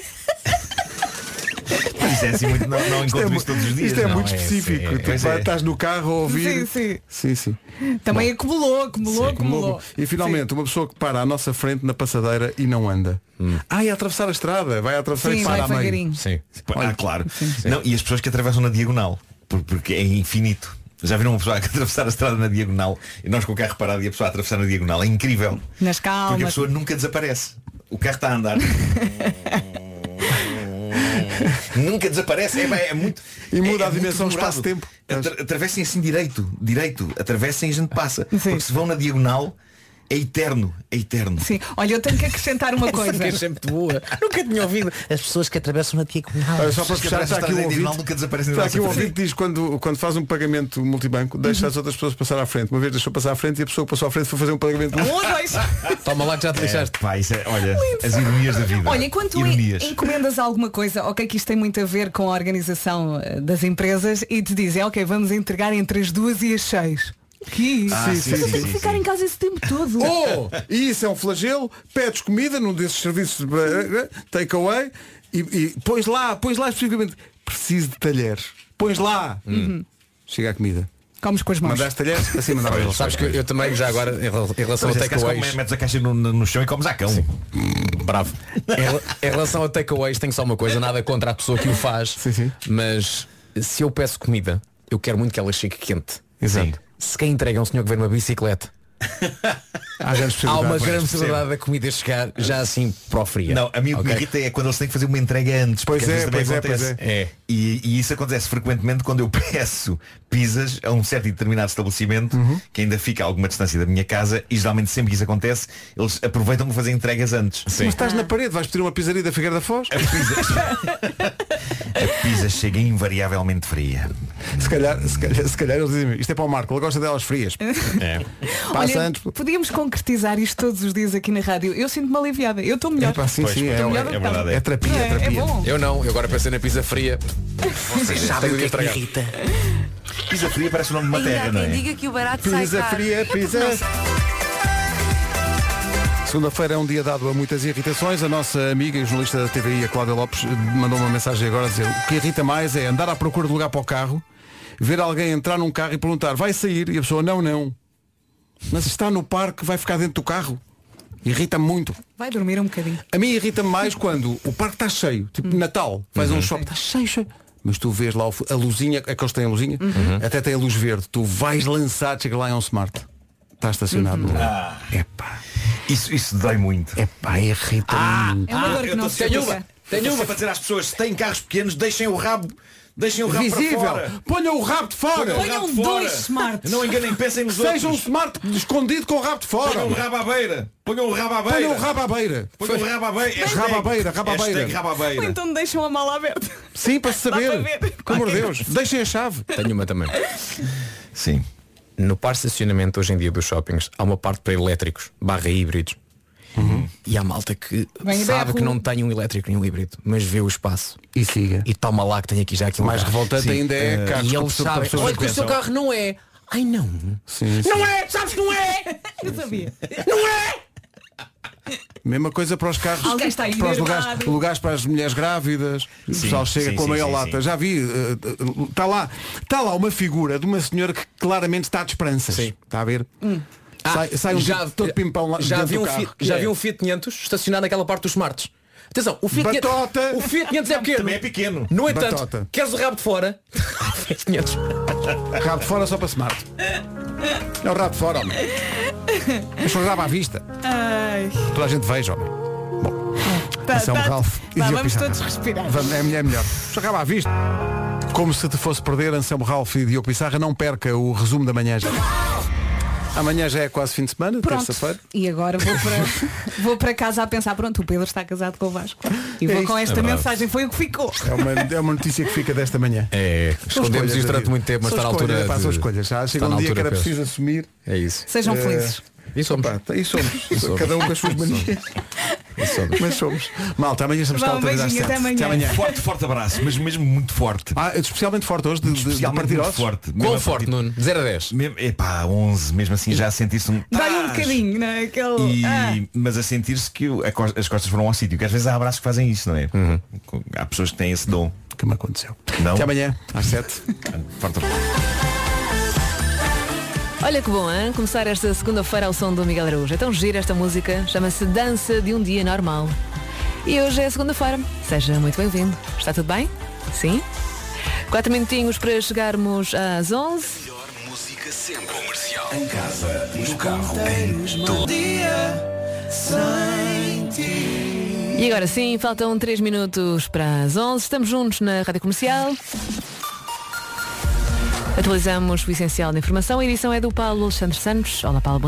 é assim muito. Não, não Isto é encontro mu- isso todos os dias. Isto é não, muito assim, específico. é, Tu pois é. Estás no carro a ouvir. Sim, sim. sim. Também acumulou, acumulou, acumulou. E finalmente, uma pessoa que para à nossa frente na passadeira e não anda. Ah, e atravessar a estrada. Vai atravessar e Sim, para vai a meio. devagarinho. Hum. Sim. Ah, claro. Não, e as pessoas que atravessam na diagonal, por- porque é infinito. Já viram uma pessoa que atravessar a estrada na diagonal e nós com o carro parado e a pessoa a atravessar na diagonal? É incrível. Nas Porque a calmas. pessoa nunca desaparece. O carro está a andar. nunca desaparece. É, bem, é muito. E muda a dimensão espaço-tempo. atravessem assim direito, direito. Atravessem e a gente passa. Porque se vão na diagonal, é eterno. É eterno. Sim. Olha, eu tenho que acrescentar uma coisa. É sempre boa. Nunca tinha ouvido. As pessoas que atravessam na diagonal. Ah, Olha, só para fechar, está aqui um ouvinte, nunca é? desaparecem da está aqui um nossa frente. ouvinte que diz quando, quando faz um pagamento multibanco, Uhum. deixa as outras pessoas passar à frente. Uma vez deixou passar à frente e a pessoa que passou à frente foi fazer um pagamento Toma lá que já te deixaste. É, pá, isso é- olha, as ironias da vida. Olha, enquanto tu en- ironias. encomendas alguma coisa, ok, que isto tem muito a ver com a organização eh, das empresas e te dizem, ok, vamos entregar entre as duas e as seis. Que isso? Ah, sim, Mas eu sim, tenho sim, que ficar em casa esse tempo todo. Oh, e isso é um flagelo, pedes comida num desses serviços de eh, takeaway e, e pões lá, pões lá especificamente, preciso de talheres. Pões lá. Uhum. Chega a comida. Comes com as mãos. Mandaste talheres, assim mandava Pois, ele. Sabes que eu também já agora em rel- em relação ao Olha, se acaso takeaways. come- Metes a caixa no, no chão e comes a cão. é- Bravo. Em, em relação a takeaways, tenho só uma coisa, nada contra a pessoa que o faz, mas se eu peço comida, eu quero muito que ela chegue quente. Exato. Se quem entrega é um senhor que vem numa bicicleta, há, há uma possibilidades. grande Percebo. possibilidade da comida chegar já assim para o frio. Não, a mim o que me Ok? irrita é quando eles têm que fazer uma entrega antes. Pois porque às é, vezes também pois é, acontece. pois é. É. E, e isso acontece frequentemente quando eu peço pizzas a um certo e determinado estabelecimento Uhum. que ainda fica a alguma distância da minha casa e geralmente sempre que isso acontece, eles aproveitam para fazer entregas antes. Mas estás na parede, vais pedir uma pizzaria da Figueira da Foz? A pizza chega é invariavelmente fria. Se calhar, se calhar, se calhar eles dizem isto é para o Marco, ele gosta delas frias. É. Passa Olha, antes. podíamos concretizar isto todos os dias aqui na rádio. Eu sinto-me aliviada. Eu estou melhor. Epá, sim, Pois, sim, estou é, melhor é do que verdade, estava. é terapia, é, terapia. É bom. Eu não, eu agora pensei na pizza fria. Vocês sabem o que é que me irrita. Pizza fria parece o nome de uma terra, não é? que o barato Pizza fria, pizza. Segunda-feira é um dia dado a muitas irritações. A nossa amiga e jornalista da TVI, a Cláudia Lopes, mandou uma mensagem agora a dizer o que irrita mais é andar à procura de lugar para o carro, ver alguém entrar num carro e perguntar vai sair? E a pessoa não, não. Mas está no parque, vai ficar dentro do carro. Irrita-me muito. Vai dormir um bocadinho. A mim irrita-me mais quando o parque está cheio, Uhum. tipo Natal, faz um shopping, está cheio, cheio. Mas tu vês lá o fu- a luzinha, é que eles têm a luzinha, Uhum. até tem a luz verde, tu vais lançar, chega lá é um smart. Está estacionado no lugar. Ah, Isso, isso dói muito. É pá, irrita muito. É uma dor que não se tenho esquece. uma, tenho uma para dizer às pessoas, se têm carros pequenos, deixem o rabo, deixem o rabo Visível. para fora. Ponham o rabo de fora. Ponham o rabo de fora. Não enganem, pensem nos outros. Seja um smart escondido com o rabo de fora. Ponham o rabo à beira. Ponham o rabo à beira. Ponham o rabo à beira. Ponham o rabo à beira. Mas- Rabo à beira, rabo à Hashtag beira. rabo à Ou beira. então deixam a mala aberta. Sim, para se Dá saber. para ver. Pelo amor de Deus, deixem a chave. Tenho uma também. Sim. No par de estacionamento hoje em dia dos shoppings há uma parte para elétricos, barra híbridos. Uhum. E há malta que Vem e sabe berro. que não tem um elétrico nem um híbrido, mas vê o espaço. E siga. E toma lá que tem aqui já aqui um Mais carro. revoltante Sim. ainda é Eh, carros E que ele pessoas- sabe, pessoas olha que o seu pensam. carro não é. Ai não. Sim, sim. Não é, sabes que não é! Eu sabia. Mesma coisa para os carros. Alguém está aí para os lugares, nervado. lugares para as mulheres grávidas. o Sim, pessoal chega sim, com a sim, meia sim, lata. sim. Já vi. Está lá, está lá uma figura de uma senhora que claramente está de esperanças. Está a ver? Hum. sai, sai um tipo todo pimpão lá dentro já Ah, vi do um carro. É. Fiat, já vi um Fiat 500 estacionado naquela parte dos smarts. Atenção, o Fiat 500 Batota! o Fiat 500 é pequeno. Também é pequeno. No entanto, Batota. queres o rabo de fora? Fiat 500. Rabo de fora só para smart. É o rabo de fora, homem. Mas o rabo à vista. Ai. Toda a gente veja, homem. Tá, Esse é um tá. Ralph. Vá, Dizia vamos Pissarra. todos respirar. Vamos, é melhor, é melhor. Só acaba à vista. Como se te fosse perder, Anselmo Ralph e Diogo Pissarra, não perca o resumo da manhã já. Amanhã já é quase fim de semana, Pronto. terça-feira. E agora vou para, vou para casa a pensar, pronto, o Pedro está casado com o Vasco. E É vou isto. com É esta verdade. mensagem, foi o que ficou. É uma, é uma notícia que fica desta manhã. É, São escondemos escolhas isto da durante vida. muito tempo, mas São está na escolhas, altura. pá, de- são escolhas. Já chega está na um dia altura, que era Pedro. preciso assumir. É isso. Sejam Eh, felizes. E somos. e somos. E somos. Cada um com as suas manias. Mas somos. Malta, amanhã estamos cá Vá, um outra vez às beijinho, sete. até amanhã. Forte, forte abraço, mas mesmo muito forte. Ah, especialmente forte hoje, de, de- de, Especialmente partir muito ossos. forte. Qual Mesmo a forte, partir- Nuno? 0 a 10. Epá, 11, mesmo assim já sentiste um. Dá-lhe um bocadinho, não é? Aquele. E- Ah. Mas a sentir-se que o- a cos- as costas foram ao sítio, que às vezes há abraços que fazem isso, não é? Com- Há pessoas que têm esse dom. que me aconteceu. Não. Uhum. Até amanhã, às 7. Olha que bom, hein? Começar esta segunda-feira ao som do Miguel Araújo. É tão gira esta música, chama-se Dança de um Dia Normal. E hoje é segunda-feira. Seja muito bem-vindo. Está tudo bem? Sim? Quatro minutinhos para chegarmos às 11. Música sempre comercial. Em casa, no carro, em todo. todo. E agora sim, faltam 3 minutos para as 11. Estamos juntos na Rádio Comercial. Atualizamos o essencial da informação. A edição é do Paulo Alexandre Santos. Olá, Paulo, bom dia.